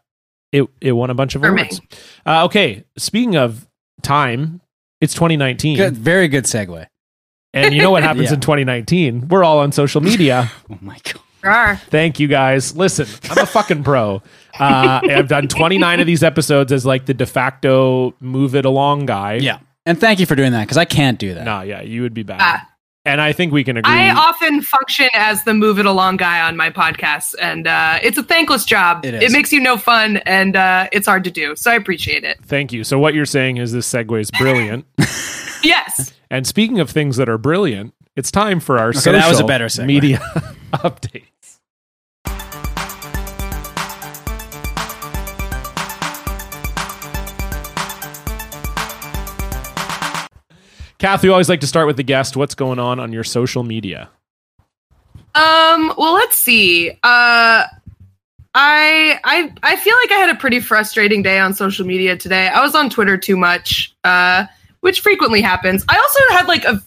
S1: it it won a bunch of
S4: For me.
S1: awards. Uh, okay, speaking of time, it's 2019,
S2: Good, very good segue.
S1: and you know what happens
S2: Yeah.
S1: in 2019? We're all on social media.
S2: Oh my god.
S4: There are.
S1: Thank you guys. Listen, I'm a fucking pro. Uh, I've done 29 of these episodes as like the de facto move it along guy.
S2: Yeah. And thank you for doing that because I can't do that.
S1: No, yeah, you would be bad.
S4: Ah.
S1: and I think we can agree.
S4: I often function as the move it along guy on my podcast, and uh, it's a thankless job.
S2: It is.
S4: makes you no fun, and uh, it's hard to do. So I appreciate it.
S1: Thank you. So what you're saying is this segue is brilliant.
S4: Yes.
S1: and speaking of things that are brilliant, it's time for our
S2: Okay,
S1: social
S2: that was a better segue.
S1: media update. Kath, we always like to start with the guest. What's going on on your social media?
S4: Um. Well, let's see. Uh, I I I feel like I had a pretty frustrating day on social media today. I was on Twitter too much, uh, which frequently happens. I also had like a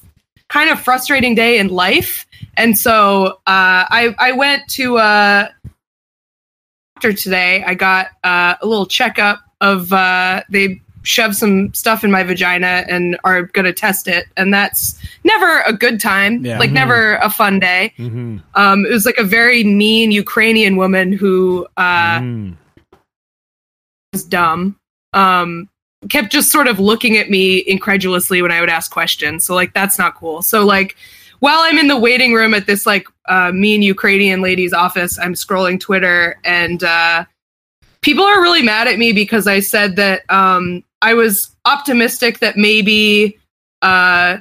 S4: kind of frustrating day in life, and so uh, I I went to uh doctor today. I got uh, a little checkup of uh, they shoved some stuff in my vagina and are going to test it, and that's never a good time.
S2: Yeah.
S4: Like
S1: Mhm.
S4: never a fun day.
S1: Mm-hmm.
S4: Um, it was like a very mean Ukrainian woman who
S1: Mm-hmm.
S4: uh, was dumb. Um, kept just sort of looking at me incredulously when I would ask questions. So like that's not cool. So like while I'm in the waiting room at this like uh, mean Ukrainian lady's office, I'm scrolling Twitter and uh, people are really mad at me because I said that um, I was optimistic that maybe uh,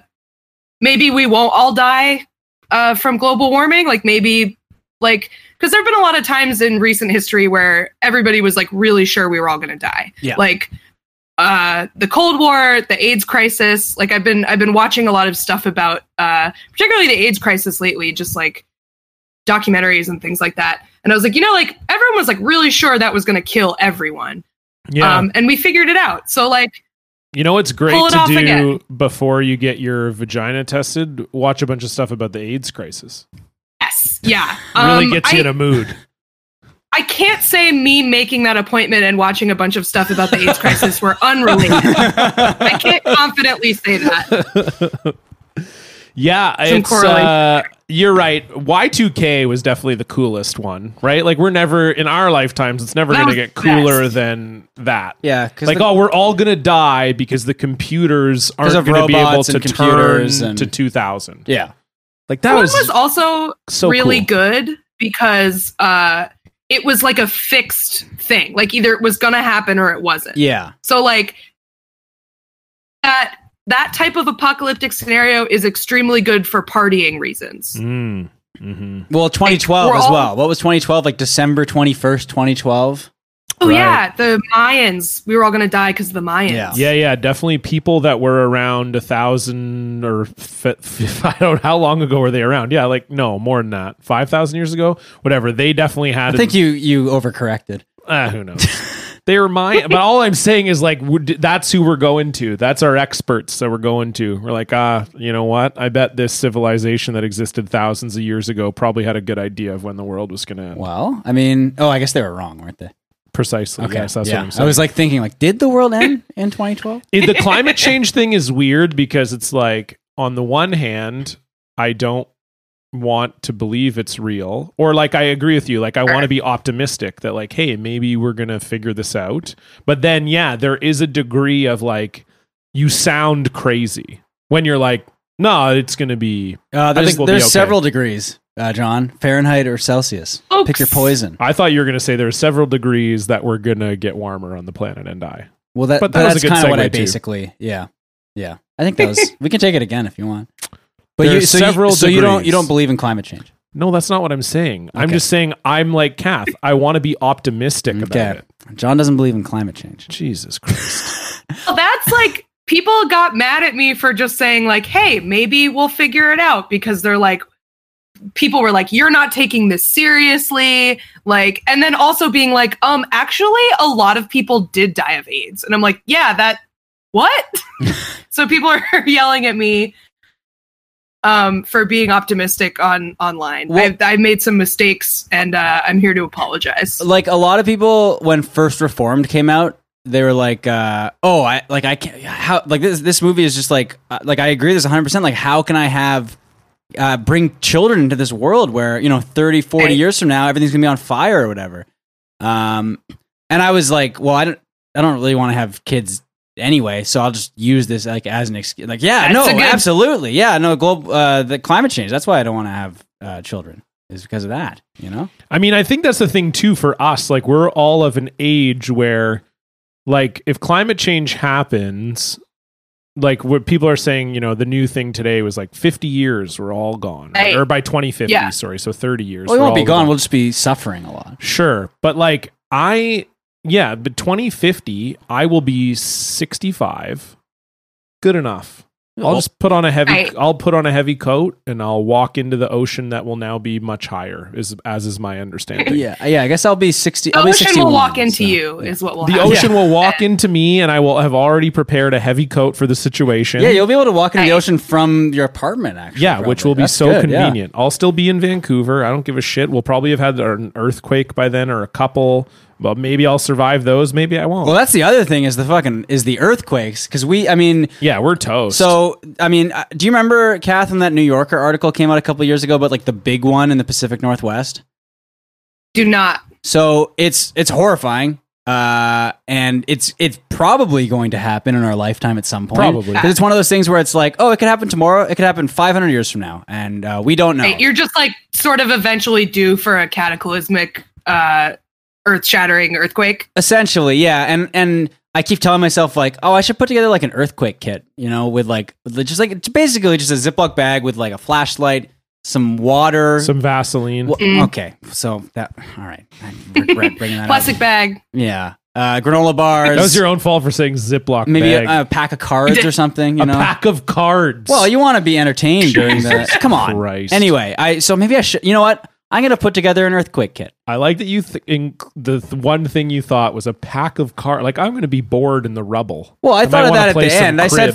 S4: maybe we won't all die uh, from global warming. Like maybe like because there have been a lot of times in recent history where everybody was like really sure we were all going to die.
S2: Yeah.
S4: Like uh, the Cold War, the AIDS crisis. Like I've been I've been watching a lot of stuff about uh, particularly the AIDS crisis lately. Just like documentaries and things like that. And I was like, you know, like everyone was like really sure that was going to kill everyone.
S1: Yeah.
S4: Um, and we figured it out. So like
S1: You know what's great
S4: Pull it
S1: to
S4: off
S1: do
S4: again.
S1: before you get your vagina tested? Watch a bunch of stuff about the AIDS crisis.
S4: Yes. yeah.
S1: Really
S4: Um,
S1: gets you
S4: I-
S1: in a mood.
S4: I can't say me making that appointment and watching a bunch of stuff about the AIDS crisis were unrelated. I can't confidently say that.
S1: Yeah, it's
S4: correlation
S1: uh, you're right. Y2K was definitely the coolest one, right? Like we're never in our lifetimes, it's never
S4: That
S1: going to
S4: was
S1: get
S4: the
S1: cooler
S4: best.
S1: than that.
S2: Yeah, 'cause
S1: like
S2: the-
S1: oh, we're all going to die because the computers aren't
S2: of
S1: going to be able
S2: robots
S1: to
S2: and computers
S1: turn
S2: and-
S1: to 2000.
S2: yeah.
S1: Like that
S4: one
S1: was,
S4: was also
S1: so
S4: really
S1: cool.
S4: good because uh, it was like a fixed thing. Like either it was going to happen or it wasn't.
S2: Yeah.
S4: So like that that type of apocalyptic scenario is extremely good for partying reasons.
S1: Mm, mhm.
S2: Well, 2012
S4: We're
S2: as
S4: all-
S2: well. What was 2012? Like December 21st, 2012?
S4: Oh
S1: Right.
S4: yeah, the Mayans. We were all going to die because of the Mayans.
S2: Yeah.
S1: Yeah, yeah, definitely people that were around a thousand or f- f- I don't know how long ago were they around? Yeah, like no, more than that, five thousand years ago, whatever. They definitely had.
S2: I
S1: an-
S2: think you you overcorrected.
S1: Ah, who knows? they were mine. But all I'm saying is like would, that's who we're going to. That's our experts that we're going to. We're like, ah, you know what? I bet this civilization that existed thousands of years ago probably had a good idea of when the world was going to end.
S2: Well, I mean, oh, I guess they were wrong, weren't they?
S1: Precisely. Yes, that's
S2: yeah.
S1: what I'm
S2: I
S1: saying.
S2: was like thinking, like, did the world end in 2012?
S1: It- the climate change thing is weird because it's like on the one hand, I don't want to believe it's real or like I agree with you like I want to be optimistic that like hey maybe we're going to figure this out but then yeah there is a degree of like you sound crazy when you're like no it's going to be
S2: Uh, there's
S1: think we'll be
S2: there's
S1: okay.
S2: several degrees, uh, John. Fahrenheit or Celsius. Pick your
S4: Folks.
S2: poison.
S1: I thought you were going to say there are several degrees that we're going to get warmer on the planet and die
S2: Well, that,
S1: But
S2: but
S1: that was a
S2: that's
S1: good
S2: kind of what
S1: segue,
S2: I
S1: too.
S2: basically, yeah, yeah. I think that was. we can take it again if you want. But you,
S1: There's
S2: so
S1: several
S2: you, so you don't
S1: degrees.
S2: you don't believe in climate change.
S1: no that's not what I'm saying I'm
S2: Okay.
S1: just saying I'm like Kath I want to be optimistic about
S2: Okay,
S1: it
S2: John doesn't believe in climate change.
S1: Jesus Christ
S4: Well, that's like people got mad at me for just saying like, "Hey, maybe we'll figure it out" because they're like people were like, "You're not taking this seriously." Like, and then also being like, "Um, actually a lot of people did die of AIDS." And I'm like, "Yeah, that what?" so people are yelling at me um for being optimistic on online.
S2: Well-
S4: I've, I've made some mistakes and uh I'm here to apologize.
S2: Like a lot of people, when first Reformed came out, they were like, uh, "Oh, I like I can't how like this this movie is just like uh, like I agree this 100. percent Like how can I have uh, bring children into this world where you know 30, 40
S4: Right.
S2: years from now everything's gonna be on fire or whatever?" Um, and I was like, "Well, I don't I don't really want to have kids." Anyway, so I'll just use this like as an excuse. Like, yeah,
S4: That's
S2: no,
S4: a good-
S2: absolutely, yeah, no, global, uh, the climate change. That's why I don't want to have uh, children is because of that. You know,
S1: I mean, I think that's the thing too for us. Like, we're all of an age where, like, if climate change happens, like what people are saying, you know, the new thing today was like 50 years, we're all gone, right?
S4: Right.
S1: or by 2050,
S4: Yeah.
S1: sorry, so 30 years.
S2: well, we
S1: we're
S2: won't be
S1: all
S2: gone. We'll just be suffering a lot.
S1: Sure, but like, I yeah, but 2050, I will be 65. Good enough. I'll just put on a heavy.
S4: Right.
S1: I'll put on a heavy coat and I'll walk into the ocean that will now be much higher, is as is my understanding.
S2: yeah, yeah. I guess I'll be sixty.
S4: The
S2: I'll be
S4: ocean
S2: 61,
S4: will walk into
S2: so,
S4: you
S2: Yeah.
S4: is what will
S1: The
S4: happen.
S1: ocean will walk into me, and I will have already prepared a heavy coat for the situation.
S2: Yeah, you'll be able to walk into the
S4: Right.
S2: ocean from your apartment. Actually,
S1: Yeah,
S2: probably.
S1: which will be
S2: That's
S1: so
S2: good, yeah.
S1: convenient. I'll still be in Vancouver. I don't give a shit. We'll probably have had an earthquake by then or a couple, but maybe I'll survive those. Maybe I won't.
S2: Well, that's the other thing is the fucking is the earthquakes because we. I mean,
S1: yeah, we're toast.
S2: so I mean, uh, do you remember Kath when that New Yorker article came out a couple years ago? But like the big one in the Pacific Northwest.
S4: Do not
S2: So it's it's horrifying. Uh, and it's it's probably going to happen in our lifetime at some point.
S1: Probably.
S2: because it's one of those things where it's like, oh, it could happen tomorrow. It could happen 500 years from now, and uh, we don't know.
S4: Right, You're just like sort of eventually due for a cataclysmic, uh, earth-shattering earthquake.
S2: essentially yeah and and i keep telling myself like oh i should put together like an earthquake kit you know with like with just like it's basically just a ziploc bag with like a flashlight some water
S1: some Vaseline.
S2: Wha- okay so that all right i regret bringing that
S4: Plastic
S2: up.
S4: bag.
S2: yeah uh granola bars
S1: that was your own fault for saying Ziploc
S2: maybe
S1: bag.
S2: a, a pack of cards or something you
S1: A
S2: know
S1: pack of cards.
S2: well you want to be entertained during the come on
S1: Christ.
S2: anyway i so maybe i should you know what i'm gonna put together an earthquake kit
S1: I like that you th- in- the th- one thing you thought was a pack of cards. Like I'm going to be bored in the rubble.
S2: well i
S1: might
S2: thought of
S1: wanna
S2: that at
S1: play
S2: the
S1: some
S2: end i said
S1: crib.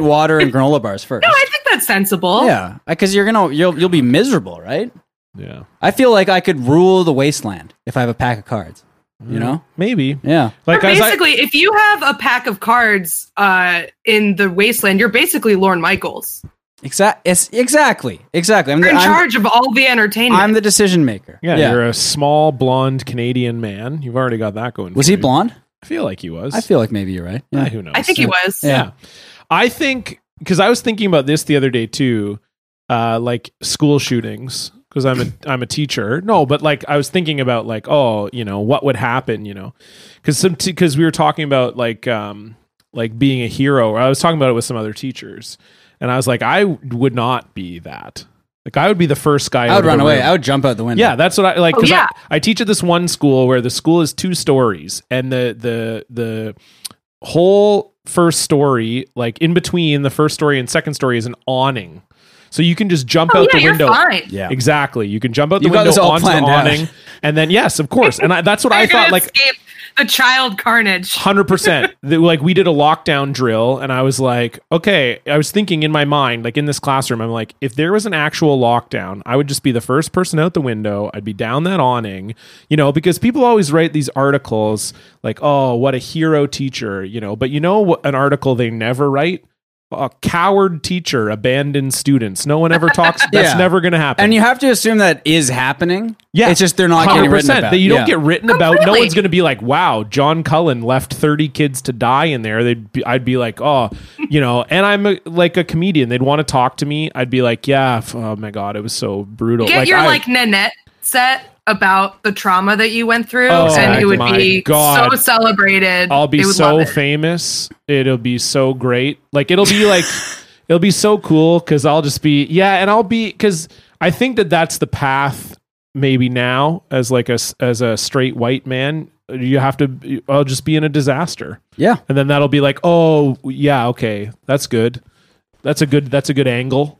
S2: water and granola bars first
S4: No, I think that's sensible.
S2: Yeah, because you're gonna you'll you'll be miserable, right?
S1: Yeah.
S2: I feel like I could rule the wasteland if I have a pack of cards.
S1: Mm-hmm.
S2: You know?
S1: Maybe.
S2: Yeah.
S1: Like as I,
S3: basically, if you have a pack of cards uh, in the wasteland, you're basically Lorne Michaels.
S2: Exact. It's exactly. Exactly. I'm the,
S3: You're in
S2: I'm,
S3: charge of all the entertainment.
S2: I'm the decision maker.
S1: yeah, you're a small blonde Canadian man. You've already got that going.
S2: was
S1: for
S2: he
S1: you.
S2: blonde?
S1: I feel like he was.
S2: I feel like maybe you're
S1: Eh,
S2: right. Yeah.
S1: who knows?
S3: I think he was.
S1: Yeah. I think because I was thinking about this the other day too, uh, like school shootings. Because I'm a I'm a teacher. No, but like I was thinking about like oh you know what would happen you know because some because we were talking about like um like being a hero. I was talking about it with some other teachers, and I was like I would not be that. Like I would be the first guy.
S2: I
S1: out
S2: would
S1: of
S2: run
S1: the
S2: away.
S1: room.
S2: I would jump out the window.
S1: Yeah, that's what I like.
S3: Oh,
S1: 'cause
S3: yeah.
S1: I, I teach at this one school where the school is two stories, and the the the whole first story, like in between the first story and second story, is an awning, so you can just jump
S3: Oh,
S1: out
S3: yeah,
S1: the
S3: you're
S1: window.
S3: fine.
S2: Yeah.
S1: Exactly, you can jump out the
S2: You got
S1: window
S2: this all
S1: onto the
S2: planned out.
S1: awning, and then yes, of course, and I, that's what
S3: You're
S1: I
S3: gonna
S1: thought. Like
S3: escape the child carnage.
S1: Hundred percent. Like we did a lockdown drill, and I was like, okay. I was thinking in my mind, like in this classroom, I'm like, if there was an actual lockdown, I would just be the first person out the window. I'd be down that awning, you know, because people always write these articles like, oh, what a hero teacher, you know. But you know what? An article they never write. A coward teacher abandoned students. No one ever talks. That's
S2: Yeah.
S1: never going to happen.
S2: And you have to assume that is happening.
S1: Yeah.
S2: It's just they're not getting written
S1: 100%
S2: about.
S1: That you don't
S2: Yeah.
S1: get
S3: Oh,
S1: written about. No
S3: Completely.
S1: one's going to be like, "Wow, John Cullen left thirty kids to die in there." They'd be, I'd be like, "Oh, you know." And I'm a, like a comedian. They'd want to talk to me. I'd be like, "Yeah, f- oh my god, it was so brutal."
S3: Get your
S1: I-
S3: like Nanette set about the trauma that you went through,
S1: Oh,
S3: and it would
S1: my
S3: be
S1: God.
S3: so celebrated.
S1: I'll be
S3: They would
S1: so
S3: love it.
S1: famous. It'll be so great. Like it'll be like it'll be so cool cuz I'll just be yeah, and I'll be cuz I think that that's the path maybe now as like a s- as a straight white man, you have to I'll just be in a disaster.
S2: Yeah.
S1: And then that'll be like, "Oh, yeah, okay. That's good. That's a good that's a good angle."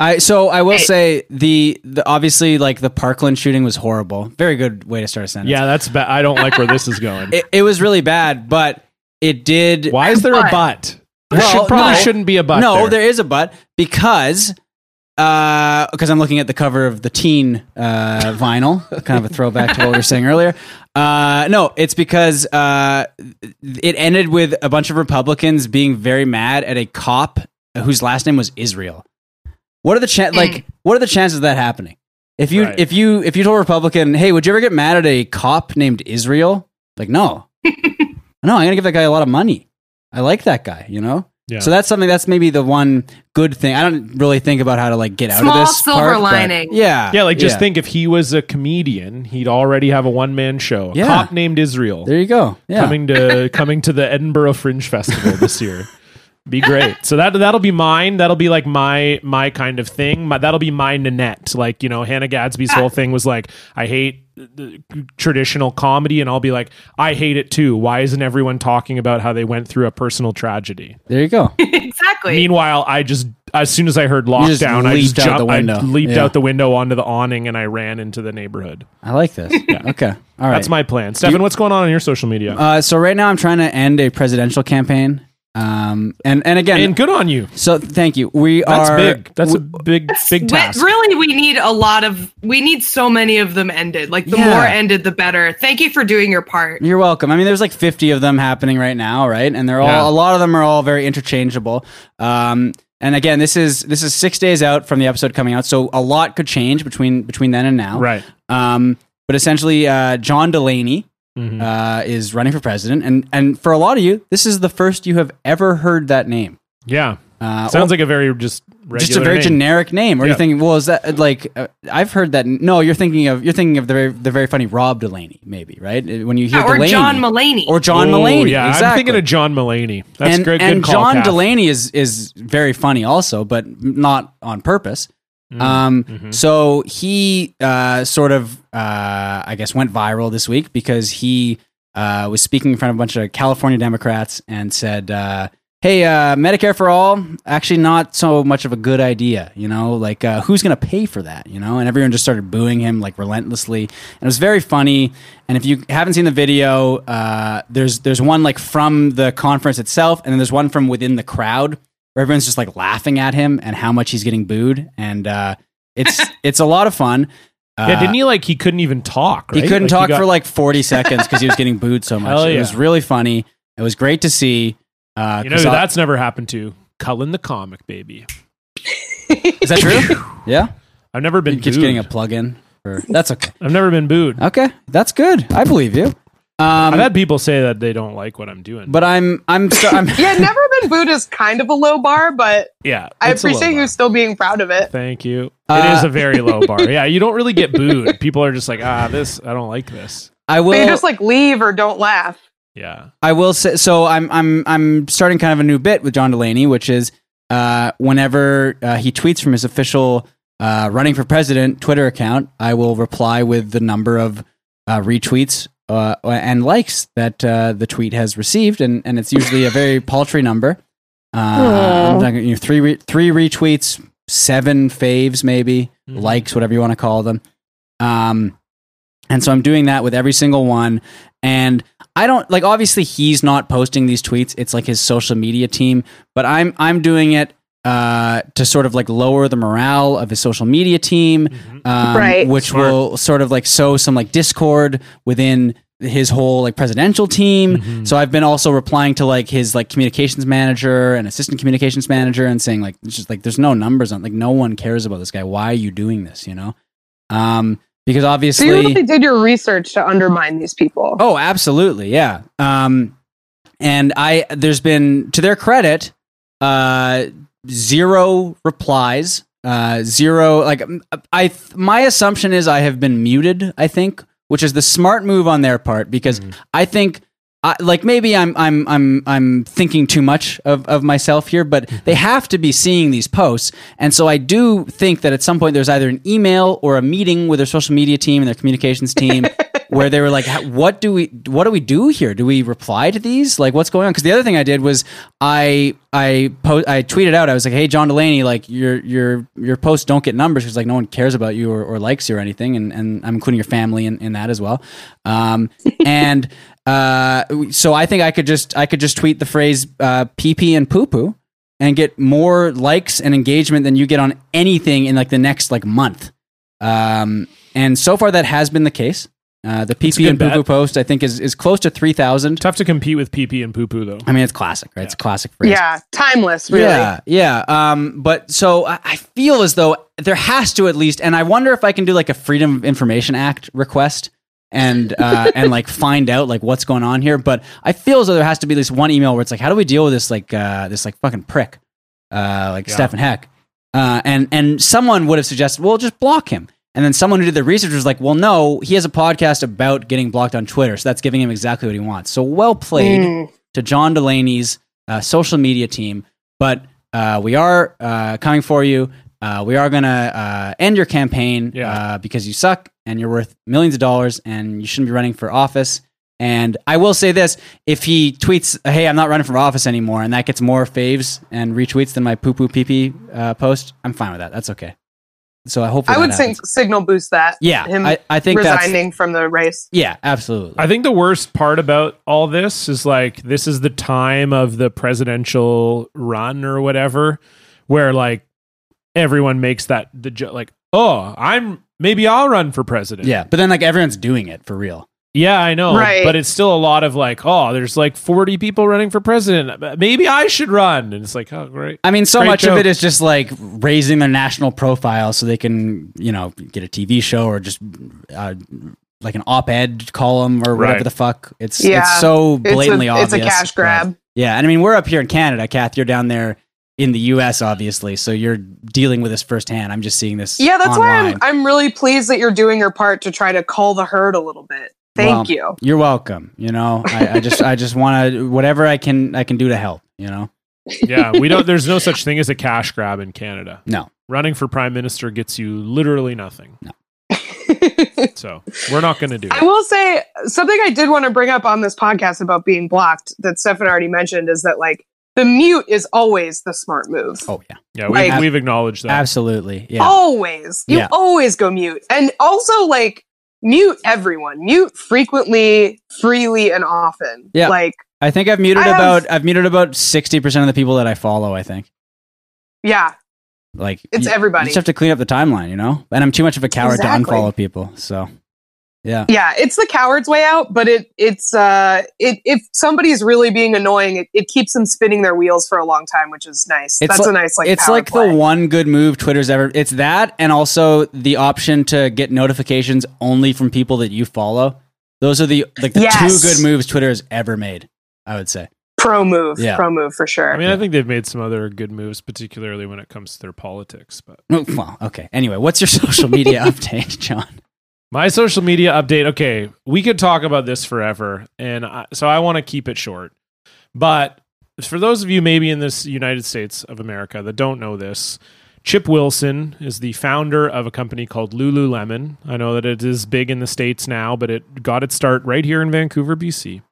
S2: I so I will
S3: Hey.
S2: say the, the obviously like the Parkland shooting was horrible. Very good way to start a sentence.
S1: Yeah, that's ba- I don't like where this is going.
S2: It, it was really bad, but it did.
S1: Why is there a
S3: But-
S1: but? There
S2: Well,
S1: should, probably
S2: no.
S1: shouldn't be a but.
S2: no,
S1: there.
S2: there is a but because uh because I'm looking at the cover of the teen uh vinyl, kind of a throwback to what we were saying earlier. Uh no, it's because uh it ended with a bunch of Republicans being very mad at a cop whose last name was Israel. What are the chan like what are the chances of that happening? If you
S1: Right.
S2: if you if you told a Republican, "Hey, would you ever get mad at a cop named Israel?" Like, "No." no, I'm going to give that guy a lot of money. I like that guy, you know?
S1: Yeah.
S2: So that's something that's maybe the one good thing. I don't really think about how to like get out
S3: Small
S2: of this.
S3: silver
S2: part, but-
S3: lining.
S2: Yeah.
S1: Yeah, like just
S2: yeah.
S1: think if he was a comedian, he'd already have a one man show. A
S2: Yeah.
S1: cop named Israel
S2: There you go. Yeah.
S1: coming to coming to the Edinburgh Fringe Festival this year. Be great. So that that'll be mine. That'll be like my my kind of thing. My, that'll be my Nanette. Like you know, Hannah Gadsby's
S2: Ah.
S1: whole thing was like, I hate the traditional comedy, and I'll be like, I hate it too. Why isn't everyone talking about how they went through a personal tragedy?
S2: there you go.
S3: exactly.
S1: Meanwhile, I just as soon as I heard
S2: just
S1: lockdown, I just
S2: leaped out the
S1: jumped, I
S2: window.
S1: leaped
S2: Yeah.
S1: out the window onto the awning, and I ran into the neighborhood.
S2: I like this. Okay. All right.
S1: That's my plan. Stefan, what's going on on your social media?
S2: uh, so right now I'm trying to end a presidential campaign. Um and and again
S1: and good on you.
S2: so thank you. We
S1: That's
S2: are
S1: big. That's a big, big
S3: We-
S1: task.
S3: really, we need a lot of. We need so many of them ended. Like the
S2: Yeah.
S3: more ended, the better. Thank you for doing your part.
S4: Mm,
S2: You're welcome. I mean, there's like 50 of them happening right now, right? And they're all
S1: Yeah.
S2: a lot of them are all very interchangeable. Um, and again, this is this is six days out from the episode coming out, so a lot could change between between then and now,
S1: Right.
S2: Um, but essentially, uh, John Delaney
S1: Mhm.
S2: uh, is running for president, and and for a lot of you, this is the first you have ever heard that name.
S1: Yeah.
S2: Uh,
S1: Sounds like a very just regular
S2: just a very
S1: name.
S2: generic name. Or
S1: Yeah.
S2: you're thinking, well, is that like uh, I've heard that? No, you're thinking of you're thinking of the very, the very funny Rob Delaney, maybe right? When you hear
S3: or
S2: Delaney
S3: John Mulaney.
S2: or John
S1: Oh,
S2: Mulaney,
S1: Yeah,
S2: exactly.
S1: I'm thinking of John Mulaney. That's
S2: and,
S1: great.
S2: and
S1: good call,
S2: John
S1: Kath.
S2: Delaney is is very funny also, but not on purpose.
S1: Mm.
S2: Um,
S1: Mhm.
S2: so he uh, sort of uh, I guess went viral this week because he uh, was speaking in front of a bunch of California Democrats and said, uh, "Hey, uh, Medicare for all actually not so much of a good idea. You know, like uh, who's going to pay for that? You know?" And everyone just started booing him like relentlessly, and it was very funny. And if you haven't seen the video, uh, there's there's one like from the conference itself, and then there's one from within the crowd where everyone's just like laughing at him and how much he's getting booed, and uh, it's it's a lot of fun.
S1: yeah, didn't he like he couldn't even talk?
S2: He
S1: right?
S2: couldn't talk
S1: got-
S2: for like 40 seconds because he was getting booed so much.
S1: Hell
S2: It
S1: yeah.
S2: was really funny. It was great to see. Uh,
S1: You know
S2: 'cause
S1: who
S2: I-
S1: that's never happened to Cullen the comic baby.
S2: is that true? yeah,
S1: I've never been
S2: he keeps
S1: booed.
S2: getting a Um, plug-in. For, that's okay.
S1: I've never been booed.
S2: Okay, that's good. I believe you.
S1: I've
S2: Um,
S1: had people say that they don't like what I'm doing.
S2: but I'm I'm so, I'm
S4: Yeah, never been booed is kind of a low bar, but
S1: yeah,
S4: I
S1: it's a low
S4: appreciate
S1: bar.
S4: you still being proud of it.
S1: Thank you. It is a
S2: Uh,
S1: very low bar. Yeah, you don't really get booed. People are just like, ah, this I don't like this.
S2: I will
S4: they just like leave or don't laugh.
S1: Yeah,
S2: I will say so. I'm I'm I'm starting kind of a new bit with John Delaney, which is uh, whenever uh, he tweets from his official uh, running for president Twitter account, I will reply with the number of uh, retweets uh, and likes that uh, the tweet has received, and, and it's usually a very paltry number. Uh, I'm talking, you know, three re- three retweets, seven faves, maybe
S1: Mhm.
S2: likes, whatever you want to call them. Um, and so I'm doing that with every single one. And I don't like obviously he's not posting these tweets. It's like his social media team, but I'm I'm doing it uh, to sort of like lower the morale of his social media team, um,
S4: Right.
S2: which
S1: Smart.
S2: will sort of like sow some like discord within his whole like presidential team.
S1: Mm-hmm.
S2: So I've been also replying to like his like communications manager and assistant communications manager and saying like it's just like there's no numbers on like no one cares about this guy. Why are you doing this? You know, um, because
S4: So
S2: obviously
S4: you really did your research to undermine these people.
S2: Oh, absolutely, yeah. Um, and I there's been to their credit, uh, zero replies, uh, zero like m- I my assumption is I have been muted. I think, which is the smart move on their part because I think. I, like maybe I'm I'm I'm I'm thinking too much of, of myself here, but they have to be seeing these posts, and so I do think that at some point there's either an email or a meeting with their social media team and their communications team, where they were like, "How- "What do we? What do we do here? Do we reply to these? Like, what's going on?" Because the other thing I did was I I po- I tweeted out. I was like, "Hey, John Delaney, like your your your posts don't get numbers because like no one cares about you or, or likes you or anything, and and I'm including your family in, in that as well." Um, and uh, so I think I could just I could just tweet the phrase uh, "pee pee" and "poo poo." And get more likes and engagement than you get on anything in like the next like month, um, and so far that has been the case. Uh, the
S1: a
S2: PP
S1: good
S2: and Poo Poo
S1: bet.
S2: post, I think, is, is close to 3,000.
S1: tough to compete with pee pee and poo poo though.
S2: I mean, it's classic, right? It's a classic phrase.
S4: yeah, timeless, really.
S2: Yeah, yeah. Um, but so I, I feel as though there has to at least, and I wonder if I can do like a Freedom of Information Act request and uh, and like find out like what's going on here. But I feel as though there has to be at least one email where it's like, how do we deal with this like uh, this like fucking prick, uh, like
S1: Yeah.
S2: Stefan Heck, uh, and and someone would have suggested, well, just block him. And then someone who did the research was like, well, no, he has a podcast about getting blocked on Twitter, so that's giving him exactly what he wants. So well played
S4: Mm.
S2: to John Delaney's uh, social media team. But uh, we are uh, coming for you. Uh, we are going to uh, end your campaign
S1: Yeah.
S2: uh, because you suck and you're worth millions of dollars and you shouldn't be running for office. And I will say this if he tweets, hey, I'm not running for office anymore, and that gets more faves and retweets than my poo poo pee pee uh, post, I'm fine with that. That's okay. So I hope
S4: I would think signal boost that.
S2: Yeah,
S4: him
S2: I, I think that's.
S4: resigning from the race.
S2: Yeah, absolutely.
S1: I think the worst part about all this is like this is the time of the presidential run or whatever where like everyone makes that the ju- like oh I'm maybe I'll run for president.
S2: yeah, but then like everyone's doing it for real.
S1: Yeah, I know.
S4: Right.
S1: But it's still a lot of like, oh, there's like 40 people running for president. Maybe I should run. And it's like, oh, great.
S2: I mean, so
S1: Great
S2: much of
S1: joke.
S2: it is just like raising their national profile so they can, you know, get a TV show or just uh, like an op-ed column or whatever
S1: Right.
S2: the fuck. It's
S4: Yeah.
S2: it's so
S4: It's,
S2: blatantly
S4: a,
S2: obvious.
S4: it's a cash grab.
S2: Yeah, and I mean, we're up here in Canada, Kath. You're down there in the U.S., obviously, so you're dealing with this firsthand. I'm just seeing this.
S4: Yeah, that's why
S2: online.
S4: I'm I'm really pleased that you're doing your part to try to cull the herd a little bit. Thank
S2: Well,
S4: you.
S2: You're welcome. You know, I, I just I just want to whatever I can I can do to help. You know,
S1: Yeah. We don't, there's no such thing as a cash grab in Canada.
S2: No.
S1: Running for prime minister gets you literally nothing. So we're not going to do
S4: I
S1: it.
S4: will say something I did want to bring up on this podcast about being blocked that Stefan already mentioned is that like the mute is always the smart move.
S2: oh yeah,
S1: Yeah. We,
S4: Like-
S1: we've acknowledged that.
S2: absolutely. Yeah,
S4: Oh, Always. You
S2: Yeah.
S4: always go mute. And also like mute everyone. Mute frequently, freely, and often.
S2: Yeah.
S4: Like,
S2: I think I've muted
S4: I have-
S2: about I've muted about sixty percent of the people that I follow. I think.
S4: yeah.
S2: Like
S4: It's
S2: you-
S4: everybody.
S2: You just have to clean up the timeline, you know. And I'm too much of a coward to
S4: Exactly.
S2: unfollow people. So yeah,
S4: yeah it's the coward's way out but it it's uh it if somebody's really being annoying it, it keeps them spinning their wheels for a long time which is nice
S2: It's
S4: that's
S2: like-
S4: a nice like
S2: it's
S4: power
S2: like
S4: play.
S2: the one good move Twitter's ever. It's that, and also the option to get notifications only from people that you follow. Those are the like the
S4: Yes.
S2: two good moves Twitter has ever made. I would say.
S4: pro move
S2: Yeah.
S4: pro move for sure
S1: I mean, I think they've made some other good moves, particularly when it comes to their politics. But
S2: Oh, Well, okay. Anyway, what's your social media update, John?
S1: my social media update. Okay, we could talk about this forever, and I, so I want to keep it short. But for those of you maybe in this United States of America that don't know this, Chip Wilson is the founder of a company called Lululemon. I know that it is big in the States now, but it got its start right here in Vancouver, BC.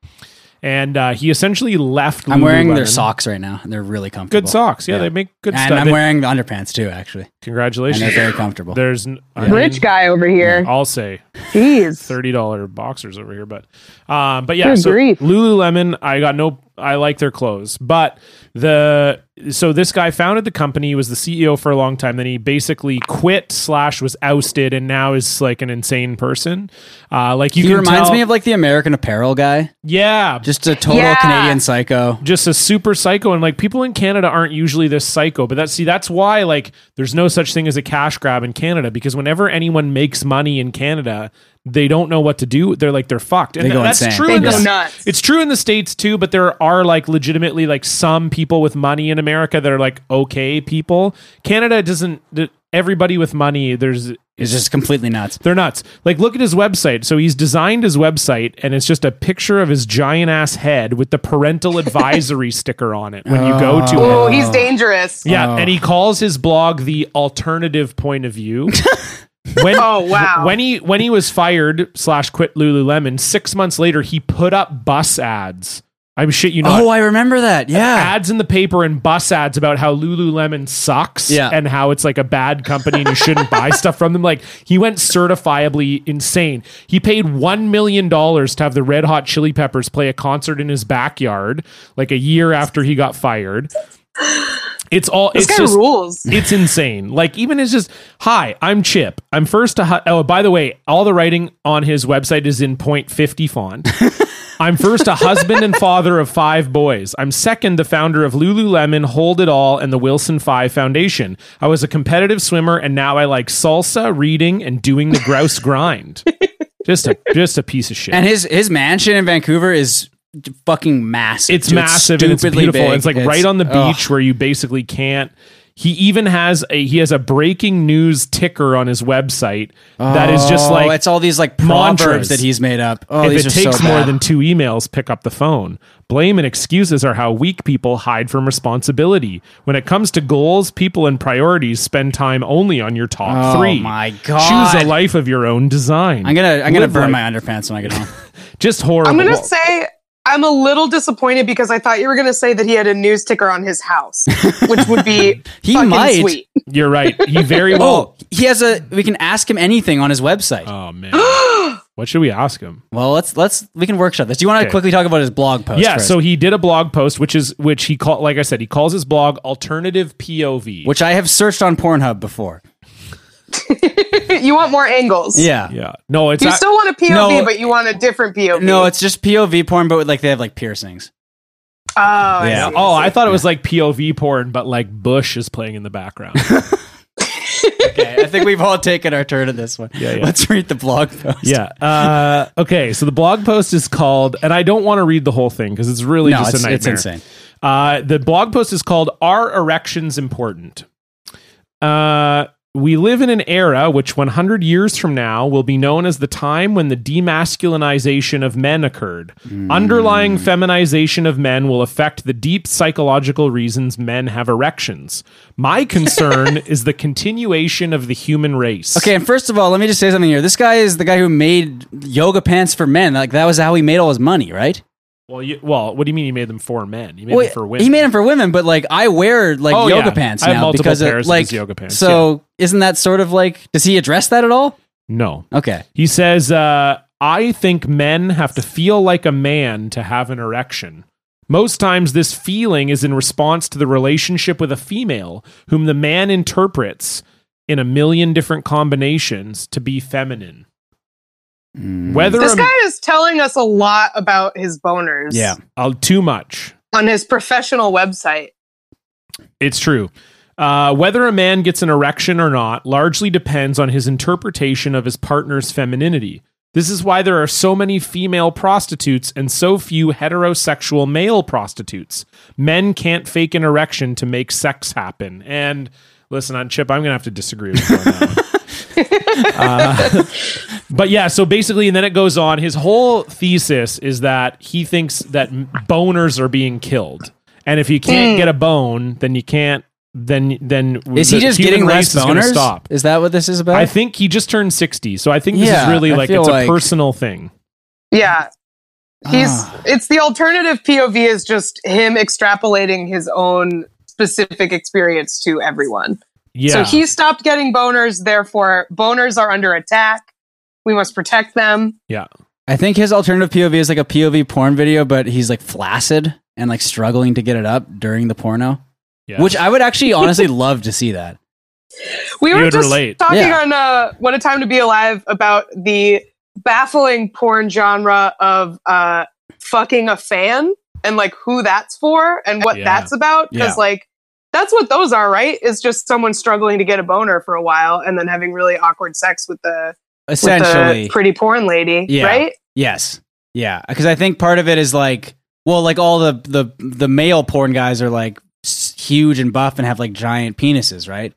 S1: And uh, he essentially left.
S2: I'm wearing their
S1: Lululemon.
S2: socks right now, and they're really comfortable.
S1: Good socks. Yeah,
S2: Yeah.
S1: they make good
S2: and
S1: stuff.
S2: I'm
S1: They-
S2: wearing the underpants too, actually. And they're
S1: Congratulations.
S2: very comfortable.
S1: There's n- I
S4: rich
S1: mean,
S4: guy over here
S1: I'll say
S4: jeez
S1: thirty dollar boxers over here, but um, but yeah,
S4: Good
S1: so
S4: grief.
S1: Lululemon, I got no, I like their clothes, but the so this guy founded the company, was the CEO for a long time, then he basically quit slash was ousted, and now is like an insane person. Uh, like you
S2: he
S1: can
S2: reminds
S1: tell-
S2: me of like the American Apparel guy,
S1: yeah,
S2: just a total
S4: Yeah.
S2: Canadian psycho.
S1: just a super psycho and like people in canada aren't usually this psycho but that's see that's why like there's no such thing as a cash grab in canada because whenever anyone makes money in canada they don't know what to do they're like they're fucked and
S2: They go
S1: that's
S2: insane.
S1: true
S4: they
S1: in
S4: go
S1: the,
S4: nuts
S1: it's true in the states too but there are like legitimately like some people with money in america that are like okay people canada doesn't th- everybody with money there's
S2: It's just completely nuts.
S1: they're nuts. Like, look at his website. So he's designed his website, and it's just a picture of his giant ass head with the parental advisory sticker on it when you go to it.
S4: oh he's dangerous
S1: Yeah,
S2: Oh.
S1: and he calls his blog the alternative point of view. when
S4: Oh, wow.
S1: When he when he was fired slash quit Lululemon, six months later he put up bus ads. I'm shit you not.
S2: Oh, I remember that. Yeah.
S1: Ads in the paper and bus ads about how Lululemon sucks
S2: Yeah.
S1: and how it's like a bad company and you shouldn't buy stuff from them. Like he went certifiably insane. He paid one million dollars to have the Red Hot Chili Peppers play a concert in his backyard, like a year after he got fired. It's all
S4: this
S1: it's
S4: guy
S1: just
S4: rules
S1: it's insane. Like even it's just hi, I'm Chip. I'm first to hi- oh by the way, all the writing on his website is in point fifty font. I'm first a husband and father of five boys. I'm second the founder of Lululemon, Hold It All, and the Wilson Five Foundation. I was a competitive swimmer, and now I like salsa, reading, and doing the grouse grind. Just a just a piece of shit.
S2: and his his mansion in Vancouver is fucking massive.
S1: it's
S2: dude.
S1: massive and it's
S2: stupidly
S1: beautiful.
S2: big. oh,
S1: And it's like right on the
S2: ugh.
S1: beach where you basically can't. He even has a he has a breaking news ticker on his website that is just
S2: Oh,
S1: like
S2: it's all these like proverbs
S1: mantras.
S2: that he's made up. Oh,
S1: if it
S2: these are so
S1: takes more
S2: bad.
S1: than two emails, pick up the phone. Blame and excuses are how weak people hide from responsibility. When it comes to goals, people and priorities spend time only on your top
S2: Oh
S1: three.
S2: my God.
S1: Choose a life of your own design.
S2: I'm gonna I'm gonna
S1: Live like-
S2: burn my underpants when I get home.
S1: Oh. just horrible.
S4: i'm gonna say i'm a little disappointed because i thought you were gonna say that he had a news ticker on his house which would be
S2: He
S4: fucking
S2: might.
S4: sweet
S1: You're right. He very well.
S2: Oh, he has a. We can ask him anything on his website.
S1: oh man, what should we ask him?
S2: well, let's let's we can workshop this. Do you want to
S1: Okay.
S2: quickly talk about his blog post?
S1: yeah
S2: first?
S1: so he did a blog post which is which he called like i said he calls his blog alternative pov
S2: which I have searched on Pornhub before.
S4: you want more angles
S2: Yeah.
S1: yeah no it's
S4: you
S1: not,
S4: still want a POV,
S2: No.
S4: but you want a different POV.
S2: No, it's just POV porn, but with, like they have like piercings.
S4: oh, I
S2: Yeah.
S4: see,
S1: oh
S4: I
S1: i
S4: see.
S1: thought it was like pov porn but like bush is playing in the background
S2: Okay, I think we've all taken our turn at this one.
S1: Yeah, yeah.
S2: Let's read the blog post.
S1: yeah uh, okay so the blog post is called and i don't want to read the whole thing because it's really
S2: No,
S1: just
S2: it's,
S1: a
S2: it's
S1: nightmare
S2: insane.
S1: Uh, the blog post is called Are Erections Important? Uh, we live in an era which 100 years from now will be known as the time when the demasculinization of men occurred.
S2: Hmm.
S1: Underlying feminization of men will affect the deep psychological reasons men have erections. My concern is the continuation of the human race.
S2: Okay, and first of all, let me just say something here. This guy is the guy who made yoga pants for men. Like that was how he made all his money, right?
S1: Well, you, well, what do you mean you made them for men? You made
S2: Well,
S1: them for women.
S2: He made them for women, but like I wear like
S1: Oh, yeah.
S2: yoga pants
S1: I have
S2: now
S1: multiple
S2: because of,
S1: pairs of
S2: like
S1: his yoga pants,
S2: So isn't that sort of like? Does he address that at all?
S1: no.
S2: Okay.
S1: He says, uh, I think men have to feel like a man to have an erection. Most times, this feeling is in response to the relationship with a female whom the man interprets in a million different combinations to be feminine. Whether
S4: This
S1: a-
S4: guy is telling us a lot about his boners
S2: Yeah.
S1: oh, too much,
S4: on his professional website.
S1: It's true. Uh, whether a man gets an erection or not largely depends on his interpretation of his partner's femininity. This is why there are so many female prostitutes and so few heterosexual male prostitutes. Men can't fake an erection to make sex happen. And listen, on Chip, I'm going to have to disagree with you on that one. But yeah, so basically, and then it goes on. His whole thesis is that he thinks that m- boners are being killed, and if you can't get a bone, then you can't. Then then
S2: Hmm. Is he
S1: the
S2: just
S1: human
S2: getting
S1: race
S2: less
S1: is gonna
S2: boners?
S1: Stop.
S2: Is that what this is about?
S1: I think he just turned sixty, so I think this
S2: Yeah,
S1: is really
S2: I
S1: like
S2: feel
S1: it's
S2: like-
S1: a personal thing.
S4: Yeah. He's
S2: Ah.
S4: it's the alternative POV is just him extrapolating his own specific experience to everyone.
S1: Yeah,
S4: So he stopped getting boners, therefore boners are under attack. We must protect them.
S2: I think his alternative POV is like a POV porn video, but he's like flaccid and like struggling to get it up during the porno,
S1: yeah.
S2: which I would actually honestly love to see that.
S4: We
S1: You
S4: were
S1: would
S4: just
S1: relate.
S4: talking
S2: Yeah.
S4: on uh, What a Time to Be Alive about the baffling porn genre of uh, fucking a fan and like who that's for and what
S1: Yeah.
S4: that's about. Because
S2: Yeah.
S4: like that's what those are, right? Is just someone struggling to get a boner for a while and then having really awkward sex with the, with
S2: Essentially,
S4: the pretty porn lady,
S2: Yeah.
S4: right?
S2: yes, yeah, because I think part of it is like, well, like all the the the male porn guys are like s- huge and buff and have like giant penises, right?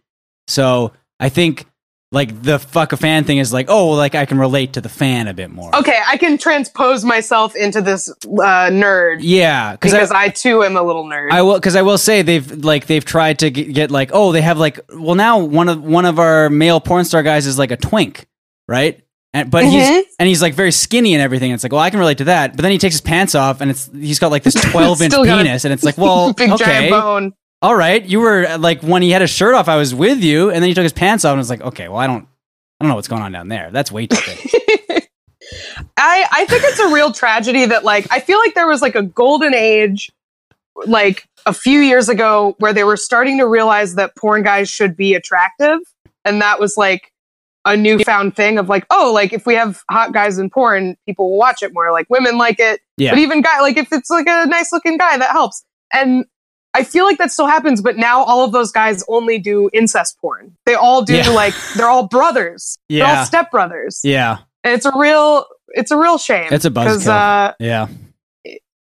S2: So I think like the fuck a fan thing is like, oh, well, like I can relate to the fan a bit more.
S4: Okay, I can transpose myself into this uh, nerd
S2: yeah, because I,
S4: because I, too am a little nerd.
S2: I will because I will say they've like they've tried to get, get like oh they have like well now one of one of our male porn star guys is like a twink right and but
S4: Mhm.
S2: he's and he's like very skinny and everything it's like well I can relate to that but then he takes his pants off and it's he's got like this twelve inch
S4: Still got a
S2: penis and it's like well
S4: Big giant
S2: okay
S4: bone.
S2: all right you were uh, like when he had his shirt off I was with you and then he took his pants off and I was like okay well I don't I don't know what's going on down there that's way too big
S4: I I think it's a real tragedy that like I feel like there was like a golden age like a few years ago where they were starting to realize that porn guys should be attractive and that was like a newfound thing of like oh like if we have hot guys in porn people will watch it more like women like it
S2: Yeah.
S4: but even guy like if it's like a nice looking guy that helps and I feel like that still happens but now all of those guys only do incest porn they all do
S2: Yeah.
S4: like they're all brothers they're
S2: Yeah.
S4: all stepbrothers
S2: yeah
S4: and it's a real it's a real shame
S2: It's a buzzkill.
S4: uh
S2: yeah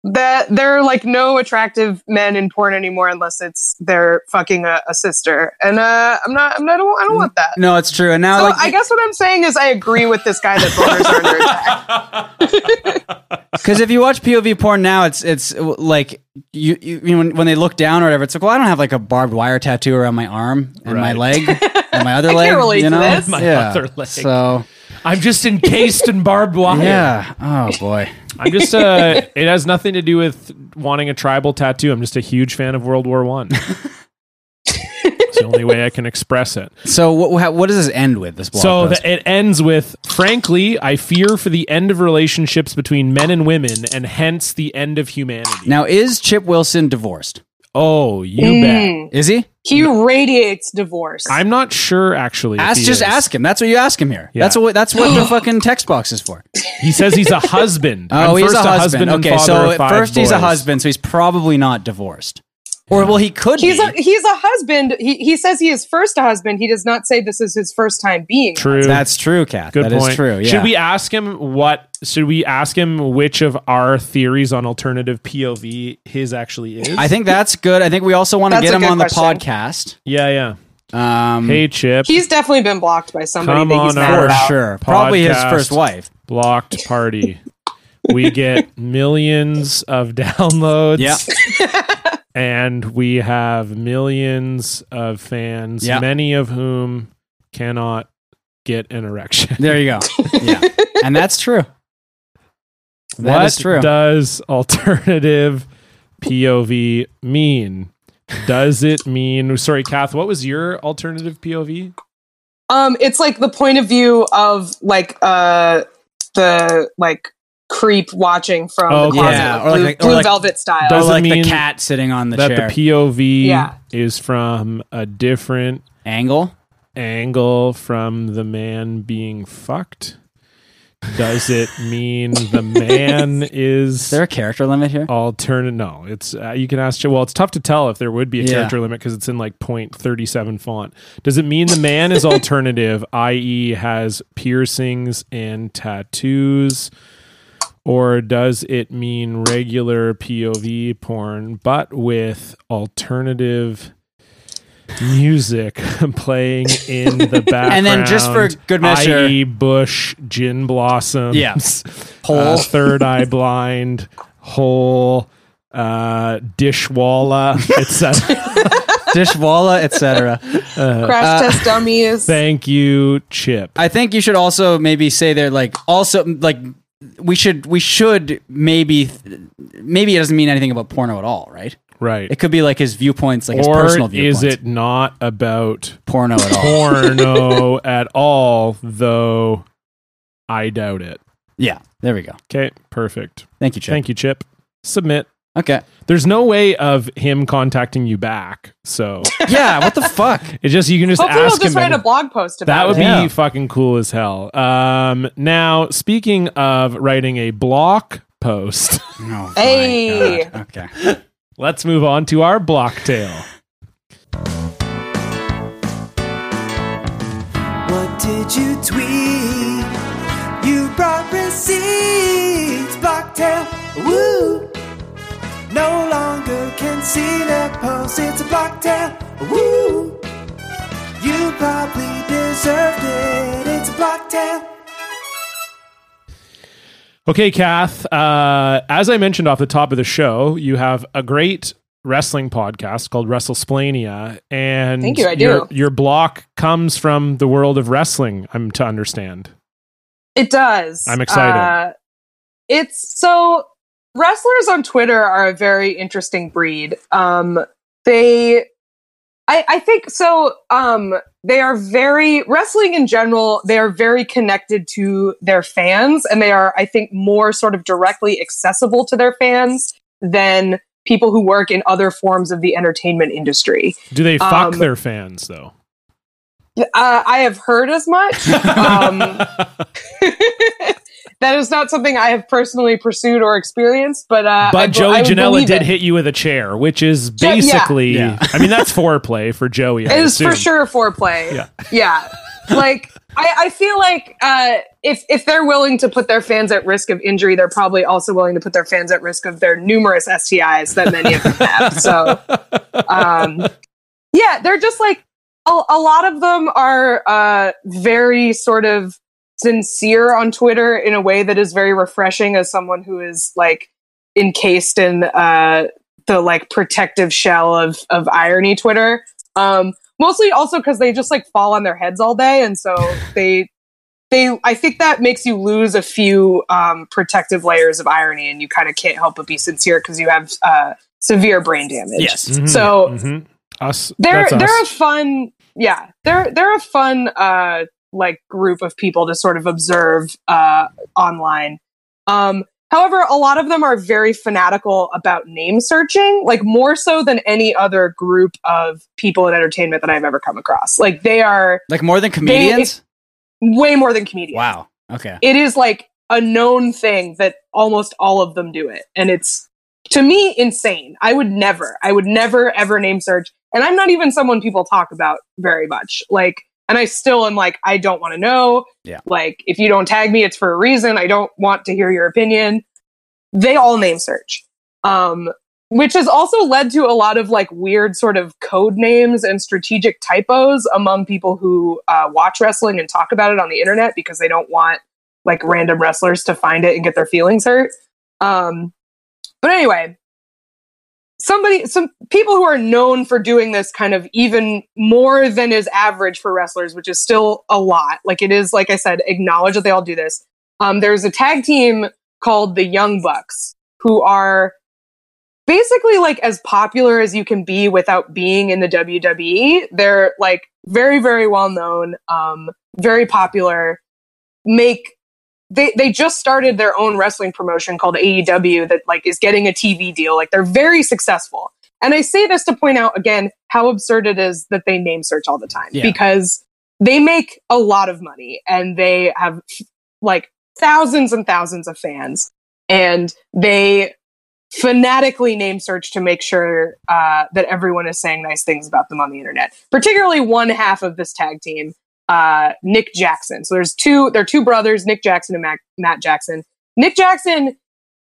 S4: that there are like no attractive men in porn anymore unless it's they're fucking uh, a, a sister and uh i'm not i'm not i don't, I don't want that
S2: no it's true and now
S4: so
S2: like
S4: i guess what i'm saying is i agree with this guy that boners are under attack
S2: Because if you watch POV porn now, it's it's uh, like you, you, you know, when when they look down or whatever, it's like, well, I don't have like a barbed wire tattoo around my arm and my
S1: Right.
S2: leg and my other
S4: I
S2: leg.
S4: can't relate
S2: you
S4: to
S2: know?
S4: this.
S1: My
S2: yeah.
S1: other leg.
S2: So
S1: I'm just encased in barbed wire.
S2: yeah. Oh boy.
S1: I'm just. Uh, it has nothing to do with wanting a tribal tattoo. I'm just a huge fan of World War One. it's the only way I can express it.
S2: So what wha- what does this end with? This blog
S1: So
S2: post?
S1: the, it ends with, frankly, I fear for the end of relationships between men and women, and hence the end of humanity.
S2: now is Chip Wilson divorced?
S1: oh, you bet.
S4: Mm.
S2: Is he?
S4: he radiates divorce
S1: I'm not sure, actually. if
S2: Ask
S1: he is.
S2: just ask him. That's what you ask him here.
S1: Yeah.
S2: That's what that's what the fucking text box is for.
S1: He says he's a husband.
S2: Oh,
S1: I'm
S2: he's
S1: first
S2: a husband.
S1: and
S2: okay,
S1: father
S2: so
S1: of
S2: at
S1: five
S2: first he's a
S1: boys.
S2: husband, so he's probably not divorced. Or well, he could.
S4: he's
S2: be.
S4: a he's a husband he, he says he is first a husband he does not say this is his first time being
S1: True.
S2: That's true, Kat.
S1: Good
S2: That is
S1: point.
S2: true. Yeah.
S1: Should we ask him what? Should we ask him which of our theories on alternative POV his actually is?
S2: I think that's good. I think we also want to
S4: That's
S2: get
S4: a
S2: him
S4: good
S2: on the
S1: yeah, yeah.
S2: podcast. Um,
S1: Hey, Chip.
S4: he's definitely been blocked by somebody
S1: Come
S4: that he's
S1: on
S4: mad
S1: over.
S2: for
S4: about
S2: sure. Probably his
S1: Podcast.
S2: first wife.
S1: blocked party. we get millions of downloads.
S2: Yeah.
S1: and we have millions of fans,
S2: Yeah.
S1: many of whom cannot get an erection.
S2: There you go. Yeah. and that's true. That
S1: what
S2: is true.
S1: does alternative POV mean? Does it mean? Sorry, Kath. What was your alternative POV?
S4: Um, it's like the point of view of like uh the like creep watching from
S1: Oh,
S4: the
S1: okay.
S4: closet,
S2: Yeah,
S4: like
S2: or like
S4: blue,
S2: the- or
S4: Blue
S2: like-
S4: velvet style.
S2: Or
S1: Doesn't
S2: like
S1: mean
S2: the cat sitting on the
S1: that
S2: chair
S1: the POV
S4: Yeah.
S1: is from a different
S2: angle.
S1: angle from the man being fucked. Does it mean the man is
S2: Is there a character limit here?
S1: alternate? No, it's uh, you can ask. Well, it's tough to tell if there would be a
S2: Yeah.
S1: character limit because it's in like 0.37 font. Does it mean the man is alternative, i.e., has piercings and tattoos? Or does it mean regular POV porn, but with alternative music playing in the background?
S2: And then just for good measure-
S1: i.e. Bush, Gin Blossoms,
S2: Yeah.
S1: Whole
S2: Hole.
S1: Uh, Third Eye Blind, Hole, uh, Dishwalla, etc.
S2: Dishwalla, etc.
S4: Crash
S2: Uh,
S4: test dummies.
S1: Thank you, Chip.
S2: I think you should also maybe say there like also like we should we should maybe maybe it doesn't mean anything about porno at all, right?
S1: Right.
S2: It could be like his viewpoints, like his
S1: or
S2: personal viewpoints.
S1: is it not about
S2: porno at all?
S1: porno at all? Though I doubt it.
S2: yeah, there we go.
S1: Okay, perfect.
S2: Thank you, Chip.
S1: Thank you, Chip. Submit.
S2: Okay.
S1: There's no way of him contacting you back, so
S2: Yeah. What the fuck?
S1: it just you can just
S4: Hopefully, we'll
S1: ask
S4: just
S1: him.
S4: write
S1: any-
S4: a blog post
S1: That
S4: about
S1: would
S4: it.
S1: be
S2: Yeah.
S1: fucking cool as hell. Um, now, speaking of writing a block post,
S2: Oh, my
S4: Hey.
S2: God. Okay.
S1: let's move on to our block tale.
S5: What did you tweet? You brought receipts, Blocktail. Woo! No longer can see that post. It's a Blocktail. Woo! You probably deserved it. It's a Blocktail.
S1: Okay, Kath, uh, as I mentioned off the top of the show, you have a great wrestling podcast called WrestleSplania. And
S4: Thank you, I do.
S1: Your, your block comes from the world of wrestling, I'm to understand.
S4: It does.
S1: I'm excited.
S4: Uh, it's so wrestlers on Twitter are a very interesting breed. Um, they, I, I think so. Um, they are very wrestling in general. They are very connected to their fans, and they are, I think, more sort of directly accessible to their fans than people who work in other forms of the entertainment industry.
S1: Do they fuck
S4: Um,
S1: their fans, though?
S4: Uh, I have heard as much. Um, that is not something I have personally pursued or experienced, but uh, I
S1: but
S4: be-
S1: Joey
S4: I would
S1: Janela
S4: believe
S1: did
S4: it.
S1: hit you with a chair, which is
S4: yeah.
S1: basically.
S2: Yeah.
S1: I mean, that's foreplay for Joey. I
S4: It is for
S1: assume.
S4: sure foreplay.
S1: Yeah.
S4: yeah. Like I, I feel like uh, if if they're willing to put their fans at risk of injury, they're probably also willing to put their fans at risk of their numerous STIs that many of them have. So, um, yeah, they're just like a, a lot of them are uh, very sort of sincere on Twitter in a way that is very refreshing as someone who is like encased in uh, the like protective shell of of irony Twitter. Um, mostly also because they just like fall on their heads all day, and so they they I think that makes you lose a few um, protective layers of irony, and you kind of can't help but be sincere because you have uh, severe brain damage.
S2: Yes.
S1: Mhm,
S4: So
S1: mhm. us.
S4: they're
S1: that's us.
S4: they're a fun yeah they're they're a fun uh like group of people to sort of observe uh online um however a lot of them are very fanatical about name searching like more so than any other group of people in entertainment that i've ever come across like they are
S2: Like more than comedians.
S4: way more than comedians
S2: Wow. Okay.
S4: it is like a known thing that almost all of them do it and it's to me insane i would never i would never ever name search and i'm not even someone people talk about very much like and i still am like i don't want to know
S2: Yeah.
S4: like if you don't tag me it's for a reason i don't want to hear your opinion they all name search um which has also led to a lot of like weird sort of code names and strategic typos among people who uh, watch wrestling and talk about it on the internet because they don't want like random wrestlers to find it and get their feelings hurt. Um, but anyway, somebody, some people who are known for doing this kind of even more than is average for wrestlers, which is still a lot. Like it is, like I said, acknowledge that they all do this. Um, there's a tag team called the Young Bucks who are basically like as popular as you can be without being in the WWE. They're like very, very well known, um, very popular, make they they just started their own wrestling promotion called AEW that like is getting a TV deal. Like they're very successful. And I say this to point out again how absurd it is that they name search all the time
S2: Yeah.
S4: because they make a lot of money and they have like thousands and thousands of fans and they fanatically name search to make sure uh, that everyone is saying nice things about them on the internet particularly one half of this tag team uh, nick jackson so there's two they're two brothers nick jackson and Mac- matt jackson nick jackson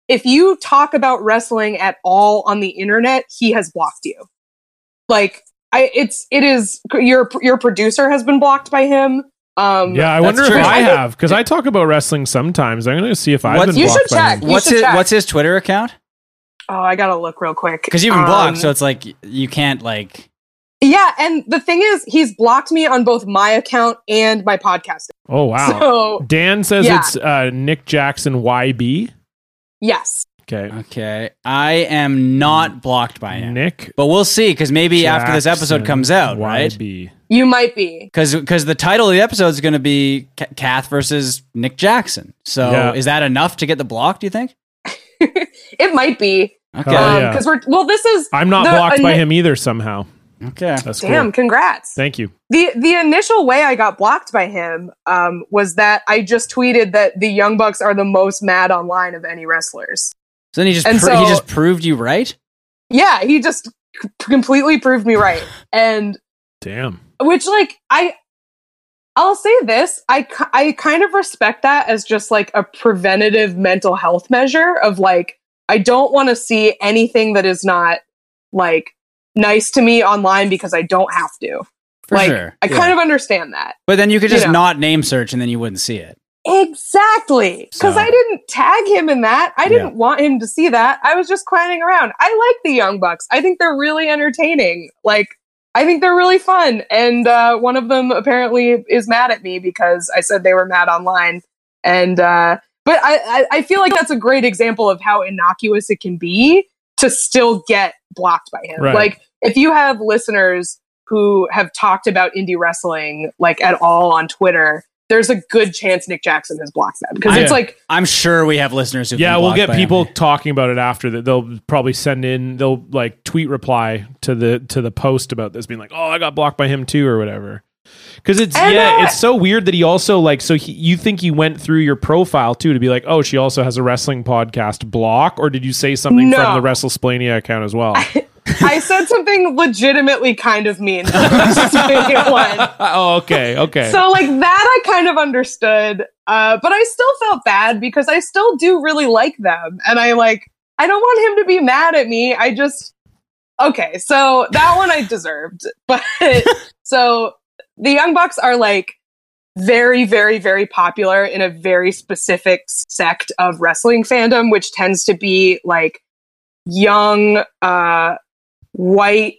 S4: if you talk about wrestling at all on the internet he has blocked you like i it's it is your your producer has been blocked by him um
S1: Yeah, I
S2: That's
S1: wonder if
S2: true.
S1: I
S4: I think-
S1: have because I talk about wrestling sometimes. I'm going to see if I've
S2: What's-
S1: been
S4: You
S1: blocked
S4: should
S1: by
S4: check.
S1: him.
S4: You
S2: what's
S4: should
S2: his
S4: check.
S2: What's his Twitter account?
S4: oh i gotta look real quick
S2: Because you've been
S4: Um,
S2: blocked, so it's like you can't like.
S4: Yeah, and the thing is, he's blocked me on both my account and my podcast.
S1: Oh wow.
S4: So
S1: Dan says
S4: Yeah.
S1: it's uh, Nick Jackson YB.
S4: yes,
S2: Uh,
S1: Okay,
S2: Okay, I am not blocked by him,
S1: Nick.
S2: but we'll see. Because maybe after this episode
S1: Jackson
S2: comes out, right?
S1: YB.
S4: you might be.
S2: Because because the title of the episode is going to be Ca- Kath versus Nick Jackson. So
S1: Yeah.
S2: is that enough to get the block? Do you think?
S4: It might be
S2: Okay.
S1: Oh,
S4: because
S1: yeah.
S4: we're well. This is
S1: I'm not
S4: The-
S1: blocked
S4: a
S1: by
S4: Nick-
S1: him either somehow.
S2: okay.
S1: That's
S4: damn.
S1: cool.
S4: Congrats.
S1: Thank you.
S4: the The initial way I got blocked by him um, was that I just tweeted that the Young Bucks are the most mad online of any wrestlers.
S2: So then he just
S4: And
S2: pro- he
S4: so-
S2: just proved you right.
S4: Yeah, he just c- completely proved me right, and
S1: Damn.
S4: which like i i'll say this i ki- i kind of respect that as just like a preventative mental health measure of like i don't want to see anything that is not like nice to me online because i don't have to
S2: For
S4: like
S2: sure.
S4: i
S2: Yeah.
S4: kind of understand that
S2: But then you could
S4: you
S2: just
S4: know.
S2: not name search, and then you wouldn't see it.
S4: exactly because
S2: So-
S4: i didn't tag him in that i didn't want him to see that i was just clowning around i like the young bucks i think they're really entertaining like I think they're really fun. And uh, one of them apparently is mad at me because I said they were mad online. And uh, but I, I, I feel like that's a great example of how innocuous it can be to still get blocked by him.
S1: Right.
S4: Like if you have listeners who have talked about indie wrestling like at all on Twitter, there's a good chance Nick Jackson has blocked them because
S1: Yeah.
S4: it's like
S2: I'm sure we have listeners who.
S1: Yeah, we'll get people talking about it after that. They'll probably send in. They'll like tweet reply to the to the post about this, being like, "Oh, I got blocked by him too," or whatever. Because it's
S4: And,
S1: yeah,
S4: uh,
S1: it's so weird that he also like so he, you think he went through your profile too to be like, "Oh, she also has a wrestling podcast block," or did you say something from
S4: No.
S1: the WrestleSplania account as well?
S4: I said something legitimately kind of mean. to the one.
S1: oh, okay, okay.
S4: So like that I kind of understood. Uh, but I still felt bad because I still do really like them. And I like I don't want him to be mad at me. I just Okay, so that one I deserved. But so the Young Bucks are like very, very, very popular in a very specific sect of wrestling fandom, which tends to be like young uh white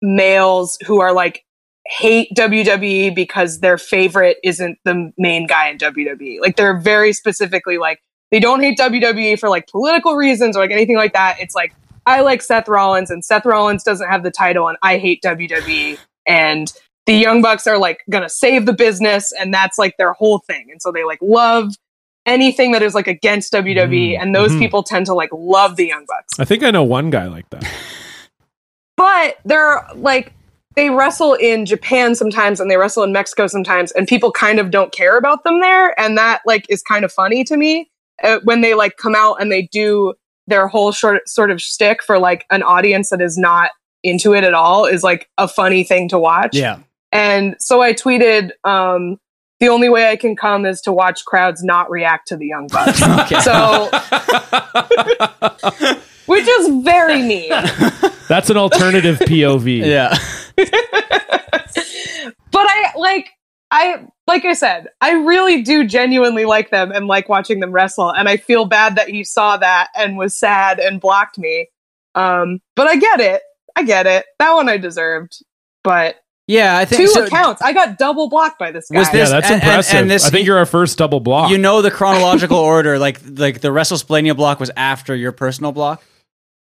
S4: males who are like hate WWE because their favorite isn't the main guy in WWE. Like they're very specifically like they don't hate WWE for like political reasons or like anything like that. It's like I like Seth Rollins and Seth Rollins doesn't have the title and I hate WWE and the Young Bucks are like going to save the business and that's like their whole thing. And so they like love anything that is like against WWE
S1: Mm,
S4: and those
S1: mhm.
S4: people tend to like love the Young Bucks
S1: I think I know one guy like that.
S4: but they're like they wrestle in Japan sometimes and they wrestle in Mexico sometimes and people kind of don't care about them there and that like is kind of funny to me uh, when they like come out and they do their whole short sort of shtick for like an audience that is not into it at all is like a funny thing to watch.
S2: Yeah.
S4: And so I tweeted um the only way I can come is to watch crowds not react to the young bucks.
S2: Okay.
S4: so which is very mean.
S1: That's an alternative POV.
S2: yeah.
S4: but I like I like I said, I really do genuinely like them and like watching them wrestle and I feel bad that he saw that and was sad and blocked me. Um but I get it. I get it. That one I deserved. But
S2: Yeah. I think
S4: two
S2: so-
S4: accounts. I got double blocked by this guy.
S2: Was
S1: Yeah,
S2: this-
S1: that's
S2: and- and-
S1: impressive.
S2: and this-
S1: I think you're our first double block.
S2: You know the chronological order, like like the WrestleSplania block was after your personal block.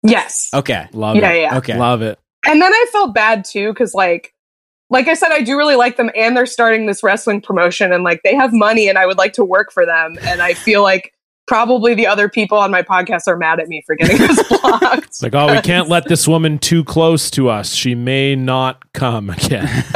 S4: yes.
S2: Okay.
S1: Love
S4: Yeah,
S1: it.
S4: yeah.
S2: Okay.
S1: Love it.
S4: And then I felt bad too cuz like like I said, I do really like them, and they're starting this wrestling promotion, and like they have money, and I would like to work for them, and I feel like probably the other people on my podcast are mad at me for getting this blocked.
S1: It's like, oh, we can't let this woman too close to us. She may not come again.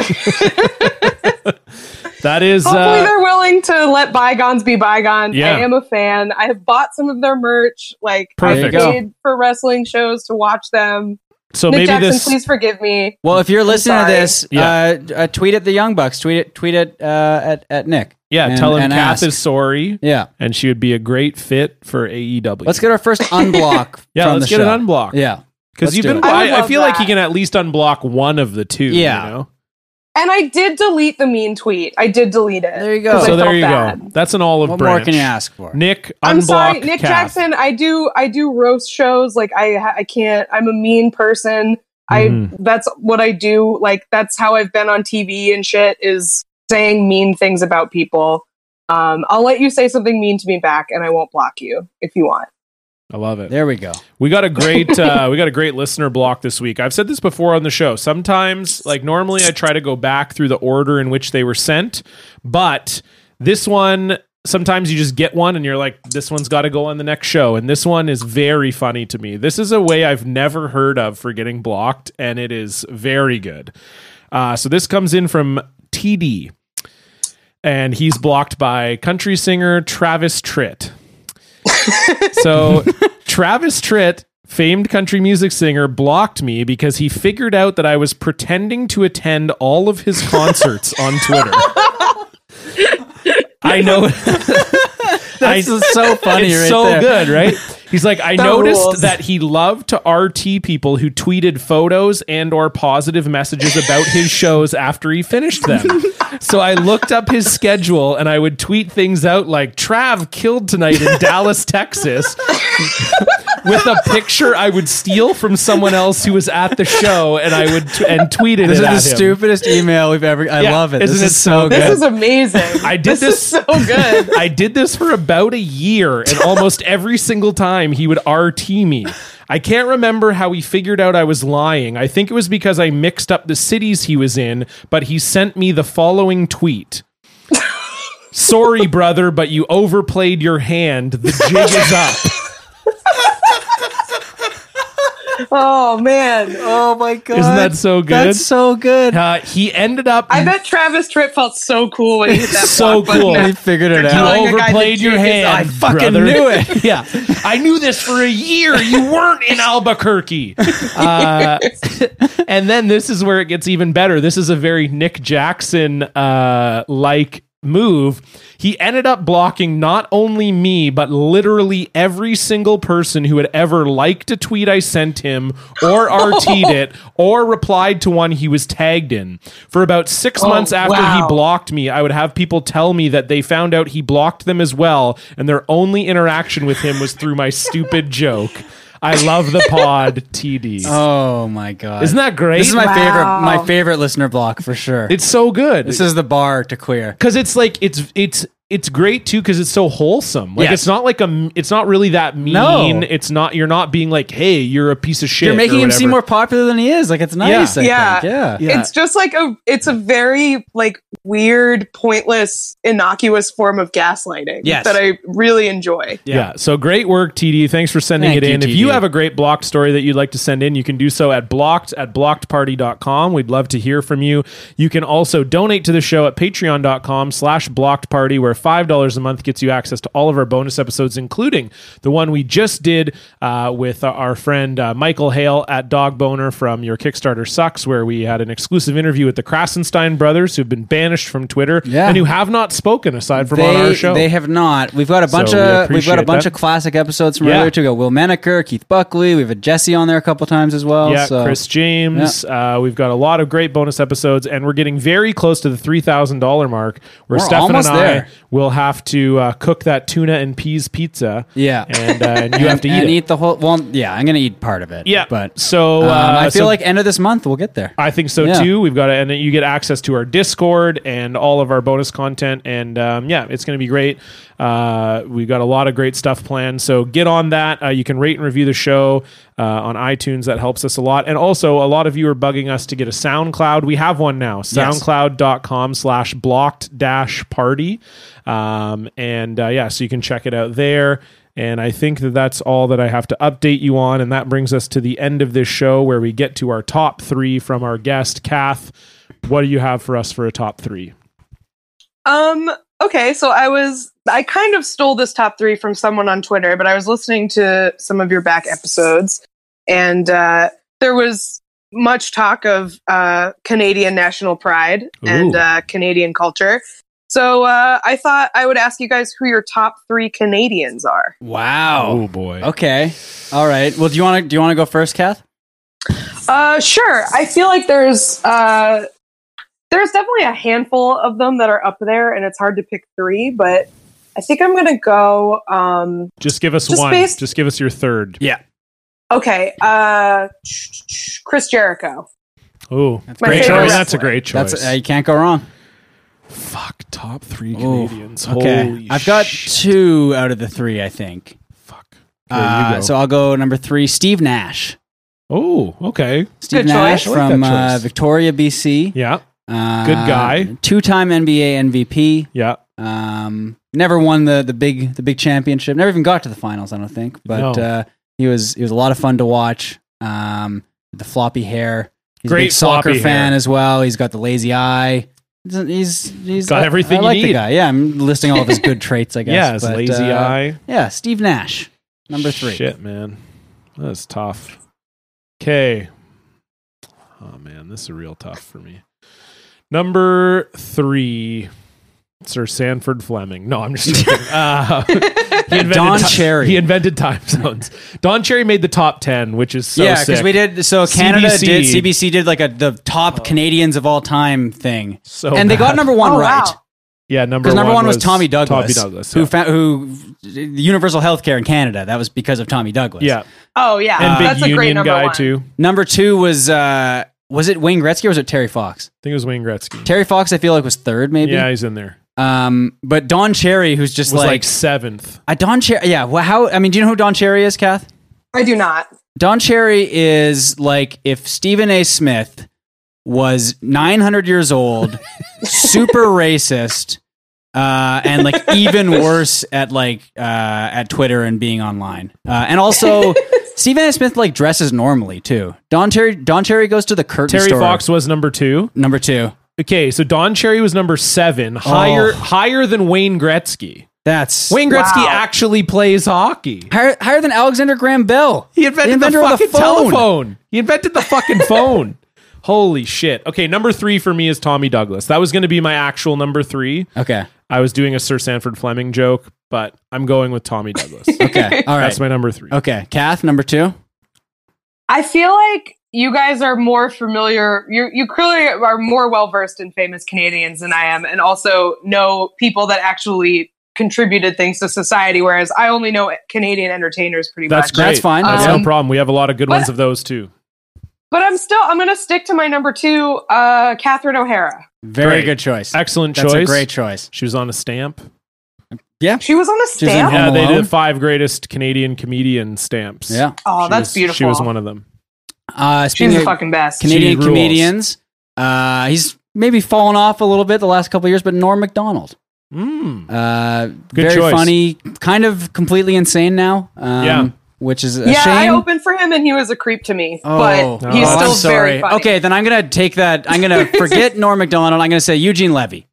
S1: that is.
S4: Hopefully,
S1: Uh,
S4: they're willing to let bygones be bygones.
S1: Yeah.
S4: I am a fan. I have bought some of their merch. Like
S1: Perfect.
S4: I
S2: There you go.
S4: paid for wrestling shows to watch them.
S1: so
S4: Nick
S1: maybe
S4: Jackson,
S1: this.
S4: please forgive me.
S2: Well, if you're listening to
S4: sorry.
S2: this,
S1: Yeah.
S2: uh, uh, tweet at the Young Bucks. Tweet it. Tweet it uh, at at Nick.
S1: yeah,
S2: and-
S1: tell him
S2: and
S1: Kath
S2: ask.
S1: is sorry,
S2: Yeah.
S1: and she would be a great fit for AEW.
S2: Let's get our first unblock.
S1: yeah,
S2: from
S1: let's
S2: the
S1: get
S2: show.
S1: an unblock.
S2: Yeah.
S1: because
S2: let's
S1: you've
S2: do
S1: been.
S2: it.
S4: I would
S1: I, I
S4: love
S1: feel like
S4: that.
S1: you can at least unblock one of the two. you
S2: Yeah.
S1: know?
S4: And I did delete the mean tweet. I did delete it.
S2: There you go.
S4: 'cause I
S1: so there
S4: felt
S1: you
S4: bad.
S1: go. That's an olive
S2: What
S1: branch.
S2: more can you ask for?
S1: Nick, unblock
S4: I'm sorry, Nick
S1: Kath.
S4: Jackson. I do I do roast shows. Like I ha- I can't. I'm a mean person.
S1: Mhm.
S4: I that's what I do. Like that's how I've been on TV and shit is saying mean things about people. Um, I'll let you say something mean to me back, and I won't block you if you want.
S1: I love it.
S2: There we go.
S1: We got a great uh, we got a great listener block this week. I've said this before on the show. Sometimes, like normally, I try to go back through the order in which they were sent, but this one sometimes you just get one and you're like, this one's got to go on the next show, and this one is very funny to me. This is a way I've never heard of for getting blocked, and it is very good. Uh, so this comes in from TD, and he's blocked by country singer Travis Tritt. So Travis Tritt, famed country music singer, blocked me because he figured out that I was pretending to attend all of his concerts on Twitter. I know
S2: This is so funny.
S1: it's
S2: right
S1: so
S2: there.
S1: good, right? He's like, I noticed
S4: rules.
S1: that he loved to RT people who tweeted photos and or positive messages about his shows after he finished them. so I looked up his schedule and I would tweet things out like Trav killed tonight in Dallas, Texas, with a picture I would steal from someone else who was at the show, and I would t- and tweeted
S2: This
S1: it
S2: is
S1: at
S2: the
S1: him.
S2: stupidest email we've ever. I
S1: Yeah,
S2: love it.
S1: isn't
S2: this
S1: it
S2: is so
S4: This
S2: good.
S4: is amazing.
S1: I did
S4: This is
S1: this-
S4: so good.
S1: I did this for about a year, and almost every single time he would RT me. I can't remember how he figured out I was lying. I think it was because I mixed up the cities he was in, but he sent me the following tweet. Sorry, brother, but you overplayed your hand. The jig is up.
S4: oh man.
S2: oh my god!
S1: Isn't that so good?
S2: That's so good.
S1: Uh, he ended up.
S4: I bet Travis Tritt felt so cool when he hit that.
S1: So
S4: block button.
S1: cool.
S2: He figured it
S1: you
S2: out.
S4: telling a guy the
S1: overplayed your
S4: jig is
S1: hand.
S4: up.
S2: I fucking
S1: brother.
S2: knew it.
S1: yeah, I knew this for a year. You weren't in Albuquerque. Uh, and then this is where it gets even better. This is a very Nick Jackson uh, like move. He ended up blocking not only me, but literally every single person who had ever liked a tweet I sent him or RT'd it or replied to one he was tagged in. For about six months after he
S4: wow.
S1: blocked me, I would have people tell me that they found out he blocked them as well, and their only interaction with him was through my stupid joke. I love the pod TD.
S2: Oh my god!
S1: Isn't that great?
S2: This is my
S4: Wow.
S2: favorite. My favorite listener block for sure.
S1: it's so good.
S2: this is the bar to queer.
S1: because it's like it's it's it's great too because it's so wholesome. Like
S2: Yes.
S1: it's not like a m- it's not really that mean.
S2: No.
S1: It's not you're not being like hey you're a piece of shit.
S2: You're
S1: or
S2: making him seem more
S1: whatever.
S2: popular than he is. Like it's nice. I
S4: Yeah.
S2: think. yeah.
S1: Yeah.
S4: It's just like a it's a very like weird, pointless, innocuous form of gaslighting
S2: Yes.
S4: that I really enjoy.
S1: Yeah. So great work, TD. Thanks for sending
S2: Thank
S1: it
S2: you,
S1: in. If
S2: TD.
S1: you have a great blocked story that you'd like to send in, you can do so at blocked at blockedparty.com. We'd love to hear from you. You can also donate to the show at patreon.com slash blocked party, where $5 a month gets you access to all of our bonus episodes, including the one we just did uh, with our friend uh, Michael Hale at Dog Boner from Your Kickstarter Sucks, where we had an exclusive interview with the Krasenstein brothers who've been banished from Twitter
S2: Yeah.
S1: and who have not spoken aside from on
S2: They,
S1: our show.
S2: they have not. We've got a bunch
S1: So we
S2: of we've got a
S1: appreciate
S2: bunch
S1: that.
S2: of classic episodes from
S1: Yeah.
S2: earlier to go. Will Menaker, Keith Buckley. We've had Jesse on there a couple times as well.
S1: Yeah,
S2: so.
S1: Chris James. Uh, we've got a lot of great bonus episodes, and we're getting very close to the three thousand dollar mark. Where
S2: We're
S1: Stefan and
S2: almost
S1: I,
S2: there.
S1: will have to uh, cook that tuna and peas pizza.
S2: Yeah.
S1: and, uh, and you have to eat
S2: and
S1: it.
S2: eat the whole. Well, yeah, I'm gonna eat part of it.
S1: yeah,
S2: but
S1: so
S2: um,
S1: uh,
S2: I feel
S1: so-
S2: like end of this month we'll get there.
S1: I think so
S2: Yeah.
S1: too. We've got, to, and you get access to our Discord and all of our bonus content, and um, yeah, it's going to be great. Uh, we've got a lot of great stuff planned, so get on that. Uh, you can rate and review the show uh, on iTunes. That helps us a lot, and also a lot of you are bugging us to get a SoundCloud. We have one now, SoundCloud.com/slash blocked dash party, um, and uh, yeah, so you can check it out there. And I think that that's all that I have to update you on. And that brings us to the end of this show where we get to our top three from our guest, Kath. What do you have for us for a top three?
S4: Um. Okay. So I was. I kind of stole this top three from someone on Twitter, but I was listening to some of your back episodes, and uh, there was much talk of uh, Canadian national pride and
S1: Ooh.
S4: uh, Canadian culture. So uh, I thought I would ask you guys who your top three Canadians are.
S2: Wow.
S1: boy.
S2: Okay. All right. Well, do you want to do you want to go first, Kath?
S4: Uh, sure. I feel like there's uh, there's definitely a handful of them that are up there, and it's hard to pick three. But I think I'm gonna go. Um,
S1: Just give us
S4: Just
S1: one.
S4: based-
S1: Just give us your third.
S2: Yeah.
S4: Okay, uh, Chris Jericho.
S1: Oh,
S4: My
S1: great choice.
S4: favorite
S1: That's a
S4: wrestler.
S1: great choice.
S2: That's uh, you can't go wrong.
S1: Fuck, top three
S2: Ooh,
S1: Canadians.
S2: Okay.
S1: Holy
S2: I've got
S1: shit.
S2: two out of the three. I think.
S1: Fuck. Okay, you
S2: Uh,
S1: go.
S2: so I'll go number three, Steve Nash.
S1: oh, okay.
S2: Steve
S4: Good
S2: Nash
S4: choice.
S1: I like
S2: from
S1: that
S2: uh,
S1: choice.
S2: Victoria, BC.
S1: Yeah.
S2: Uh,
S1: Good guy.
S2: Two-time NBA MVP.
S1: Yeah.
S2: Um, never won the the big the big championship. Never even got to the finals. I don't think. But
S1: No.
S2: uh, he was he was a lot of fun to watch. Um, the floppy hair. He's a
S1: Great
S2: big soccer
S1: floppy
S2: fan
S1: hair.
S2: as well. He's got the lazy eye. He's he's
S1: Got
S2: I-
S1: everything
S2: I
S1: you
S2: like the
S1: need.
S2: guy. Yeah, I'm listing all of his good traits. I guess.
S1: yeah. It's
S2: But,
S1: lazy
S2: uh,
S1: eye.
S2: Yeah, Steve Nash, number three.
S1: Shit, man. That's tough. Okay. Oh man, this is real tough for me. Number three, Sir Sanford Fleming. No, I'm just joking. Uh, he invented
S2: Don
S1: ti-
S2: Cherry.
S1: He invented time zones. Don Cherry made the top ten, which is so
S2: yeah,
S1: sick.
S2: because we did. So Canada
S1: CBC.
S2: did. CBC did like a the top Canadians of all time thing,
S1: so
S2: and they got
S1: bad.
S2: number one
S4: Oh,
S2: right.
S4: wow.
S1: yeah number
S2: Because number one, was,
S1: was
S2: Tommy Douglas,
S1: Tommy Douglas.
S2: who
S1: yeah.
S2: found who the universal health care in Canada. That was because of Tommy Douglas.
S1: yeah,
S4: Oh yeah,
S1: and big
S4: that's a
S1: union
S4: great number
S1: guy
S4: one.
S1: too. I
S2: Number two was uh was it Wayne Gretzky or was it Terry Fox?
S1: think it was Wayne Gretzky.
S2: Terry Fox, I feel like was third maybe.
S1: Yeah, he's in there.
S2: Um, but Don Cherry, who's just
S1: Was like,
S2: like,
S1: seventh.
S2: I Don Cherry. Yeah. Well, how? I mean, do you know who Don Cherry is, Kath?
S4: I do not.
S2: Don Cherry is like if Stephen A. Smith was 900 years old, super racist, uh, and like even worse at like uh, at Twitter and being online. Uh, and also, Stephen A. Smith like dresses normally too. Don Cherry Don Cherry goes to the curtain
S1: Terry
S2: store.
S1: Fox was number two.
S2: number two.
S1: Okay, so Don Cherry was number seven, higher higher than Wayne Gretzky.
S2: That's
S1: Wayne Gretzky
S4: Wow.
S1: actually plays hockey.
S2: higher, higher than Alexander Graham Bell.
S1: He invented
S2: inventor
S1: the
S2: of the
S1: fucking
S2: phone.
S1: telephone. He invented the fucking phone. Holy shit. Okay, number three for me is Tommy Douglas. That was going to be my actual number three.
S2: Okay.
S1: I was doing a Sir Sanford Fleming joke, but I'm going with Tommy Douglas.
S2: Okay. All right.
S1: That's my number three.
S2: okay. Kath, number two.
S4: I feel like you guys are more familiar. You you clearly are more well versed in famous Canadians than I am, and also know people that actually contributed things to society. Whereas I only know Canadian entertainers pretty
S1: That's
S4: much.
S1: great.
S2: That's fine.
S1: That's
S4: Um,
S1: no problem. We have a lot of good
S4: but-
S1: ones of those too.
S4: But I'm still I'm gonna stick to my number two, uh, Catherine O'Hara.
S2: Very
S1: great.
S2: good choice.
S1: Excellent
S2: That's
S1: choice.
S2: a great choice.
S1: she was on a stamp.
S4: She was on a
S2: was in
S4: stamp.
S2: Home
S1: yeah, they
S2: Alone?
S1: did five greatest Canadian comedian stamps.
S2: Yeah.
S4: oh,
S1: She
S4: that's
S1: was-
S4: beautiful.
S1: She was one of them.
S2: Uh,
S4: She's
S2: speaking
S4: the
S2: of
S4: fucking best.
S2: Canadian
S1: She rules.
S2: comedians, uh, he's maybe fallen off a little bit the last couple of years, but Norm Macdonald,
S1: Mm.
S2: uh,
S1: Good
S2: very
S1: choice.
S2: funny, kind of completely insane now. Um,
S1: Yeah.
S2: which is a
S4: yeah,
S2: shame.
S4: I opened for him and he was a creep to me.
S2: Oh,
S4: but he's
S1: Oh,
S2: I'm
S4: still
S2: sorry.
S4: very funny.
S2: Okay, then I'm gonna take that. I'm gonna forget Norm Macdonald. I'm gonna say Eugene Levy,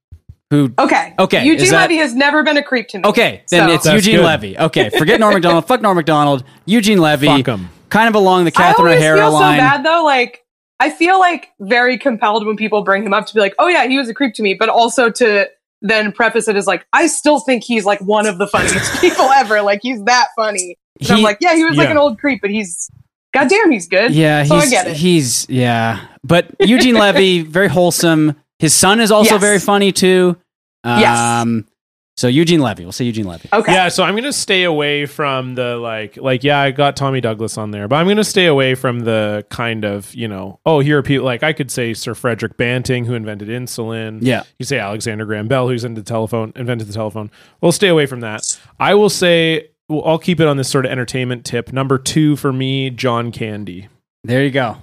S2: who.
S4: Okay.
S2: Okay,
S4: Eugene
S2: is that-
S4: Levy has never been a creep to me.
S2: Okay, then
S4: So-
S2: it's
S1: That's
S2: Eugene
S1: good.
S2: Levy. Okay, forget Norm Macdonald. Fuck Norm Macdonald. Eugene Levy.
S1: Fuck 'em.
S2: Kind of along the Catherine
S4: I always
S2: O'Hara
S4: feel
S2: line.
S4: so bad though. Like I feel like very compelled when people bring him up to be like, "Oh yeah, he was a creep to me," but also to then preface it as like, "I still think he's like one of the funniest people ever. Like he's that funny." And I'm
S2: He-
S4: like, "Yeah, he was like
S1: yeah.
S4: an old creep, but he's goddamn, he's good."
S2: Yeah,
S4: so
S2: he's,
S4: I get it.
S2: he's yeah, but Eugene Levy, very wholesome. His son is also
S4: Yes.
S2: very funny too.
S4: Yes.
S2: Um, So Eugene Levy. We'll say Eugene Levy.
S4: Okay.
S1: Yeah, so I'm gonna stay away from the like, like yeah, I got Tommy Douglas on there, but I'm gonna stay away from the kind of you know, oh here are people like I could say Sir Frederick Banting who invented insulin.
S2: Yeah.
S1: you say Alexander Graham Bell who's into the telephone, invented the telephone. We'll stay away from that. I will say well, I'll keep it on this sort of entertainment tip. Number two for me, John Candy.
S2: There you go.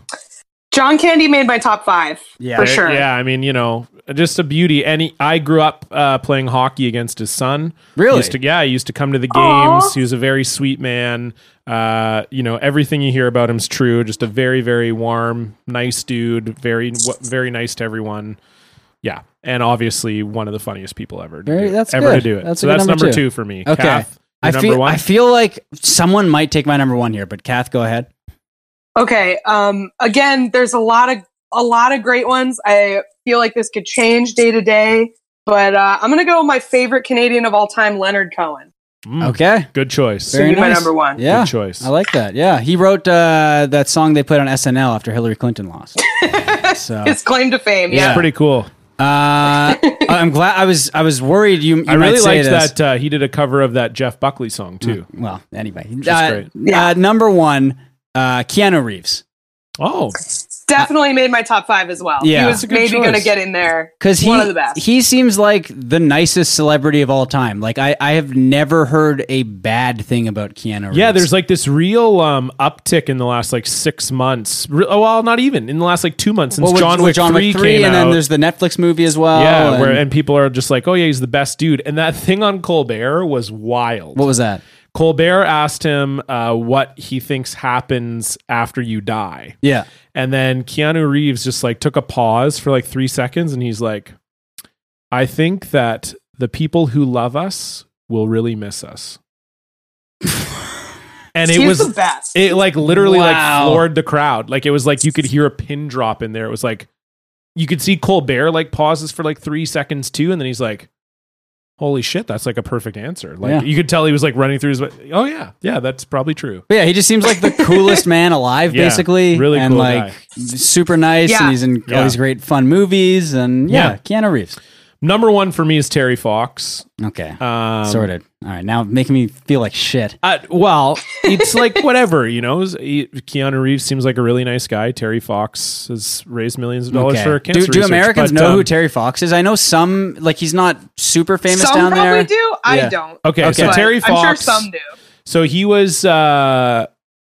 S4: John Candy made my top five.
S2: Yeah.
S4: For sure.
S1: Yeah, I mean you know. Just a beauty. And he, I grew up uh, playing hockey against his son.
S2: Really?
S1: Used to, yeah, he used to come to the games.
S4: Aw.
S1: He was a very sweet man. Uh, you know, everything you hear about him's true. Just a very, very warm, nice dude. Very, w- very nice to everyone. Yeah, and obviously one of the funniest people ever. To
S2: Very-
S1: do,
S2: that's
S1: ever
S2: good.
S1: to do it.
S2: That's a
S1: so
S2: good
S1: that's
S2: number
S1: number
S2: two.
S1: two. for me.
S2: Okay.
S1: Kath,
S2: I
S1: your number
S2: feel.
S1: one.
S2: I feel like someone might take my number one here, but Kath, go ahead.
S4: Okay. Um, again, there's a lot of a lot of great ones. I feel like this could change day to day, but uh, I'm gonna go with my favorite Canadian of all time, Leonard Cohen.
S1: Mm,
S2: Okay.
S1: Good choice.
S2: Very
S4: He's my
S2: nice.
S4: number one.
S2: Yeah.
S1: Good choice.
S2: I like that. Yeah, he wrote uh, that song they played on SNL after Hillary Clinton lost. So
S4: His claim to fame.
S1: It's
S4: Yeah.
S1: pretty cool.
S2: Uh, I'm glad. I was I was worried. You, you
S1: I
S2: might
S1: really
S2: say
S1: liked
S2: this.
S1: that uh, he did a cover of that Jeff Buckley song too.
S2: Well, anyway,
S1: is
S2: uh,
S1: great.
S2: uh, number one, uh, Keanu Reeves, Hmm.
S1: Oh,
S4: Definitely made my top five as well.
S2: Yeah.
S4: He
S2: That's
S4: was
S1: a good
S4: maybe
S1: choice.
S4: gonna get in there.
S2: because he
S4: one of the best.
S2: he seems like the nicest celebrity of all time. Like I, I have never heard a bad thing about Keanu. Reeves.
S1: Yeah, there's like this real um, uptick in the last like six months. Re- oh, well, not even in the last like two months since
S2: Well, with-
S1: John,
S2: with
S1: Wick
S2: John
S1: 3
S2: Wick three,
S1: came
S2: and then
S1: out.
S2: there's the Netflix movie as well.
S1: yeah,
S2: and-
S1: where and people are just like, oh yeah, he's the best dude. And that thing on Colbert was wild.
S2: what was that?
S1: Colbert asked him uh, what he thinks happens after you die,
S2: Yeah,
S1: and then Keanu Reeves just like took a pause for like three seconds, and he's like, I think that the people who love us will really miss us. And it
S4: He's
S1: was
S4: the best.
S1: it like literally
S2: Wow.
S1: like floored the crowd. Like it was like you could hear a pin drop in there. It was like you could see Colbert like pauses for like three seconds too, and then he's like, "Holy shit, that's like a perfect answer." Like
S2: Yeah.
S1: you could tell he was like running through his. Oh yeah, yeah, that's probably true.
S2: but yeah, he just seems like the coolest man alive,
S1: Yeah,
S2: basically.
S1: really
S2: and
S1: cool
S2: like
S1: guy.
S2: super nice,
S4: Yeah.
S2: and he's in all
S1: Yeah.
S2: these great fun movies, and yeah, Keanu Reeves.
S1: Number one for me is Terry Fox.
S2: Okay,
S1: Um,
S2: sorted. All right, now making me feel like shit.
S1: Uh, well, it's like whatever, you know. It's- he- Keanu Reeves seems like a really nice guy. Terry Fox has raised millions of dollars
S2: Okay.
S1: for
S2: do,
S1: cancer
S2: do
S1: research,
S2: Americans
S1: but,
S2: know
S1: um,
S2: who Terry Fox is? I know some, like he's not super famous
S4: some
S2: down
S4: probably
S2: there.
S4: do. I
S2: Yeah.
S4: don't.
S1: Okay,
S2: Okay.
S1: so
S4: but
S1: Terry Fox.
S4: I'm sure some do.
S1: So he was uh,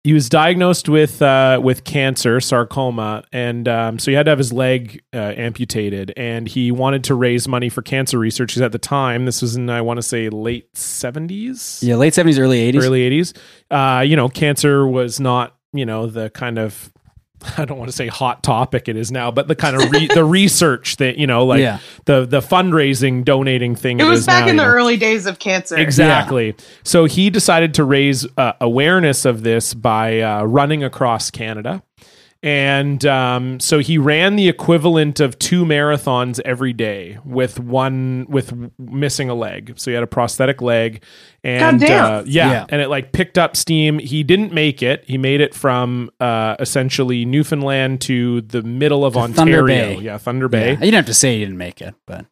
S1: he was diagnosed with uh, with cancer, sarcoma, and um, so he had to have his leg uh, amputated. And he wanted to raise money for cancer research. Because at the time, this was in I want to say late seventies,
S2: Yeah, late seventies, early eighties.
S1: early eighties. Uh, you know, cancer was not you know the kind of I don't want to say hot topic it is now, but the kind of re- the research that you know, like
S2: Yeah.
S1: the the fundraising, donating thing.
S4: It was
S1: is
S4: back
S1: now,
S4: in
S1: you
S4: the
S1: know.
S4: early days of cancer.
S1: Exactly. So he decided to raise uh, awareness of this by uh, running across Canada. And um, so he ran the equivalent of two marathons every day with one with w- missing a leg. So he had a prosthetic leg, and
S4: God damn.
S1: uh, yeah,
S2: Yeah.
S1: and it like picked up steam. He didn't make it. He made it from uh, essentially Newfoundland to the middle of Ontario.
S2: Thunder Bay.
S1: Yeah, Thunder
S2: Yeah.
S1: Bay.
S2: You don't have to say you didn't make it, but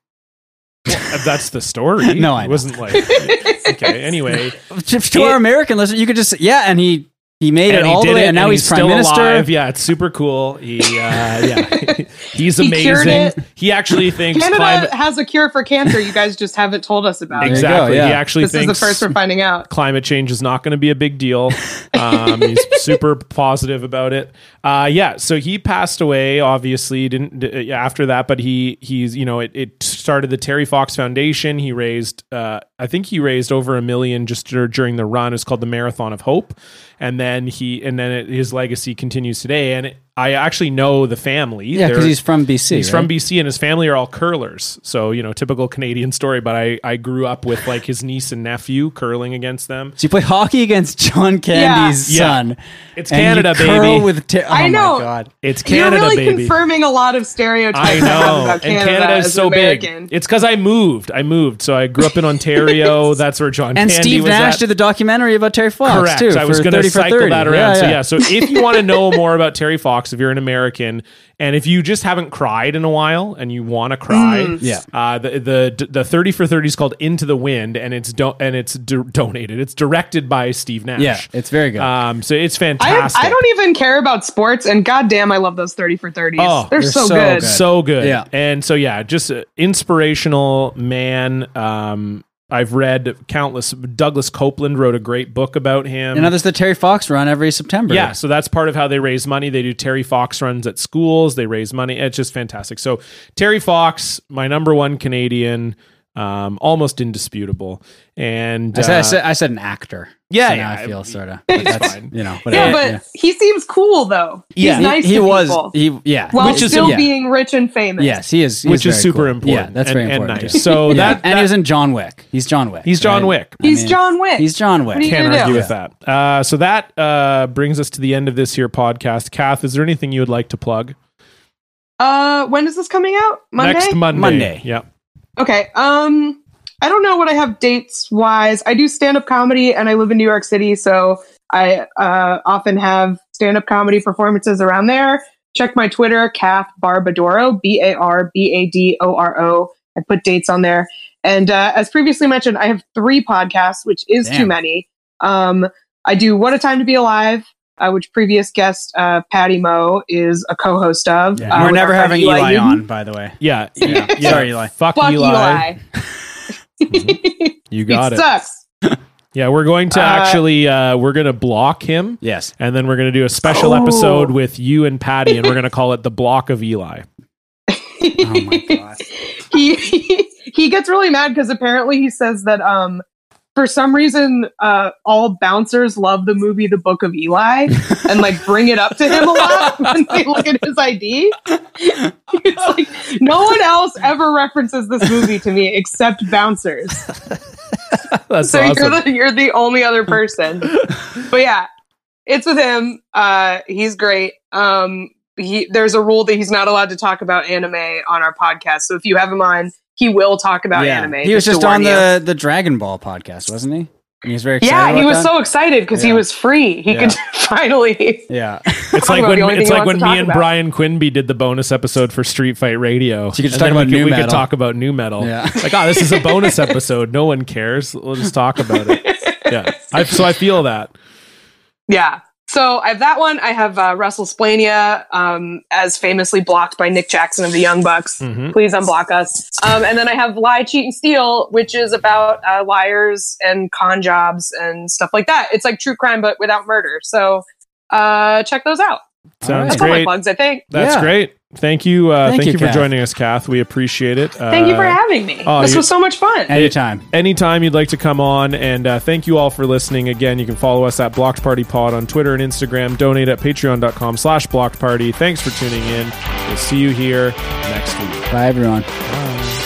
S1: Uh, That's the story.
S2: No, I
S1: it
S2: know.
S1: wasn't like okay. Anyway,
S2: to, to our American listeners, you could just yeah, and he he made it
S1: he
S2: all the
S1: did
S2: way,
S1: it,
S2: and now he's, prime
S1: still
S2: minister.
S1: alive. Yeah, it's super cool. He, uh, yeah, he's
S4: He cured
S1: amazing.
S4: it.
S1: He actually thinks
S4: Canada
S1: climate.
S4: has a cure for cancer. You guys just haven't told us about
S2: There you
S4: it.
S2: go,
S1: Exactly.
S2: yeah.
S1: He actually
S4: This is the
S1: thinks
S4: first we're finding out.
S1: climate change is not going to be a big deal. Um, he's super positive about it. Uh, yeah, so he passed away. Obviously, didn't d- uh, after that, but he he's you know it, it started the Terry Fox Foundation. He raised uh, I think he raised over a million just dur- during the run. It's called the Marathon of Hope, and then he and then it, his legacy continues today. And it, I actually know the family.
S2: Yeah, because
S1: They're-
S2: he's from BC.
S1: He's from BC and his family are all curlers. So, you know, typical Canadian story, but I, I grew up with like his niece and nephew curling against them.
S2: So you play hockey against John Candy's
S1: Yeah.
S2: son.
S1: It's
S2: and you
S1: Canada,
S2: curl
S1: baby.
S2: With Ter- oh
S4: I know.
S2: my god.
S1: It's Canada,
S4: You're really
S1: baby.
S4: confirming a lot of stereotypes
S1: I
S4: have
S1: know.
S4: about Canada
S1: and Canada
S4: as
S1: is
S4: an
S1: so
S4: American.
S1: big. It's because I moved. I moved. So I grew up in Ontario. That's where John
S2: And
S1: Candy
S2: Steve
S1: was
S2: Nash
S1: at.
S2: did the documentary about Terry Fox
S1: Correct.
S2: too.
S1: I was
S2: for
S1: going to
S2: 30 for
S1: cycle
S2: 30.
S1: that
S2: Yeah,
S1: around.
S2: yeah.
S1: So yeah. So if you want to know more about Terry Fox, bucks if you're an American. And if you just haven't cried in a while and you want to cry,
S4: Mm.
S2: Yeah.
S1: uh, the the the thirty for thirty is called Into the Wind, and it's do- and it's do- donated. It's directed by Steve Nash.
S2: Yeah, it's very good.
S1: Um, so it's
S4: I,
S1: fantastic.
S4: I don't even care about sports, and goddamn, I love those thirty for thirties.
S1: Oh,
S4: they're,
S2: they're
S4: so,
S2: so
S4: good.
S2: good.
S1: so good.
S2: Yeah.
S1: And so yeah, just a inspirational man. Um, I've read countless. Douglas Copeland wrote a great book about him.
S2: and now there's the Terry Fox run every September.
S1: Yeah, so that's part of how they raise money. They do Terry Fox runs at schools. They raise money. It's just fantastic. So Terry Fox, my number one Canadian, um, almost indisputable. And
S2: I said, I
S1: uh,
S2: said, I said an actor.
S1: Yeah,
S2: so now
S1: yeah,
S2: I feel sort of.
S1: fine.
S2: You know,
S4: Yeah,
S2: whatever.
S4: but he seems cool though. He's
S2: yeah,
S4: nice.
S2: he, he
S4: to
S2: was.
S4: people,
S2: He yeah,
S4: while
S2: Which is-
S4: still
S2: yeah.
S4: being rich and famous.
S2: Yes, he is. he
S1: which is
S2: very
S1: super
S2: cool.
S1: important.
S2: Yeah, that's
S1: and-
S2: very
S1: and
S2: important.
S1: nice.
S2: yeah.
S1: So
S2: Yeah.
S1: that,
S2: and
S1: that-
S2: he was in John Wick. He's John Wick.
S1: He's John
S2: right?
S1: Wick.
S4: he's John Wick.
S2: He's John Wick.
S4: do you-
S1: can't
S4: Yeah.
S1: argue with that. Uh, so that uh, brings us to the end of this here podcast. Kath, is there anything you would like to plug
S4: uh, when is this coming out? Monday.
S1: next Monday?
S2: Monday.
S1: Yeah.
S4: Okay. Um, I don't know what I have dates wise. I do stand up comedy, and I live in New York City, so I uh, often have stand up comedy performances around there. Check my Twitter, Kath Barbadoro, B A R B A D O R O. I put dates on there. And uh, as previously mentioned, I have three podcasts, which is too
S2: Damn.
S4: many. Um, I do What a Time to Be Alive, uh, which previous guest uh, Patty Moe is a co-host of.
S2: Yeah.
S4: uh,
S2: We're
S4: with
S2: never
S4: our friend
S2: having Eli,
S4: Newton.
S2: on, by the way.
S1: Yeah.
S2: Yeah.
S1: Yeah.
S2: Sorry, Eli.
S1: Fuck,
S4: Fuck
S1: Eli.
S4: Eli.
S1: You got
S4: he
S1: it.
S4: sucks.
S1: Yeah, we're going to
S4: Uh,
S1: actually uh, we're going to block him.
S2: Yes.
S1: And then we're going to do a special
S4: Oh.
S1: episode with you and Patty, and we're going to call it the Block of Eli.
S2: Oh my god.
S4: he he gets really mad because apparently he says that um for some reason uh all bouncers love the movie The Book of Eli and like bring it up to him a lot when they look at his ID. It's like no one else ever references this movie to me except bouncers.
S1: That's
S4: so
S1: awesome.
S4: you're the you're the only other person. but yeah, it's with him. Uh, he's great. Um, he there's a rule that he's not allowed to talk about anime on our podcast. So if you have him on, he will talk about
S2: yeah.
S4: anime.
S2: He was
S4: to
S2: just
S4: warn
S2: on
S4: you.
S2: the, the Dragon Ball podcast, wasn't he? And he was very excited.
S4: Yeah, he
S2: about
S4: was
S2: that?
S4: so excited because he
S2: Yeah.
S4: was free. He
S2: Yeah.
S4: could finally.
S2: Yeah.
S1: it's
S4: talking
S1: like
S4: about
S1: when
S4: the only
S1: it's
S4: thing
S1: like
S4: he
S1: when
S4: wants to
S1: me
S4: talk
S1: and
S4: about.
S1: Brian Quinby did the bonus episode for Street Fight Radio.
S2: So you could just
S1: And
S2: talk
S1: then
S2: about
S1: we
S2: nu
S1: we could
S2: metal.
S1: talk about new metal.
S2: Yeah.
S1: Like, oh, this is a bonus episode. No one cares. We'll just talk about it. Yeah. I, so I feel that.
S4: Yeah. So I have that one. I have uh, Russell Splania, um, as famously blocked by Nick Jackson of the Young Bucks.
S1: Mhm.
S4: Please unblock us. Um, and then I have Lie, Cheat, and Steal, which is about uh, liars and con jobs and stuff like that. It's like true crime, but without murder. So uh, check those out.
S1: Sounds
S2: right.
S4: That's all my
S1: great. Uh,
S4: plugs, I think.
S1: That's
S2: Yeah.
S1: great. Thank you. Uh, thank,
S2: Thank
S1: you,
S2: you,
S1: for
S2: Kath.
S1: joining us, Kath. We appreciate it.
S4: Thank you for
S1: Uh,
S4: having me.
S1: oh,
S4: this
S1: you-
S4: was so much fun.
S2: Anytime.
S1: anytime you'd like to come on and uh, thank you all for listening again you can follow us at blocked party pod on twitter and instagram donate at patreon.com slash blocked party thanks for tuning in we'll see you here next week
S2: Bye everyone.
S1: Bye.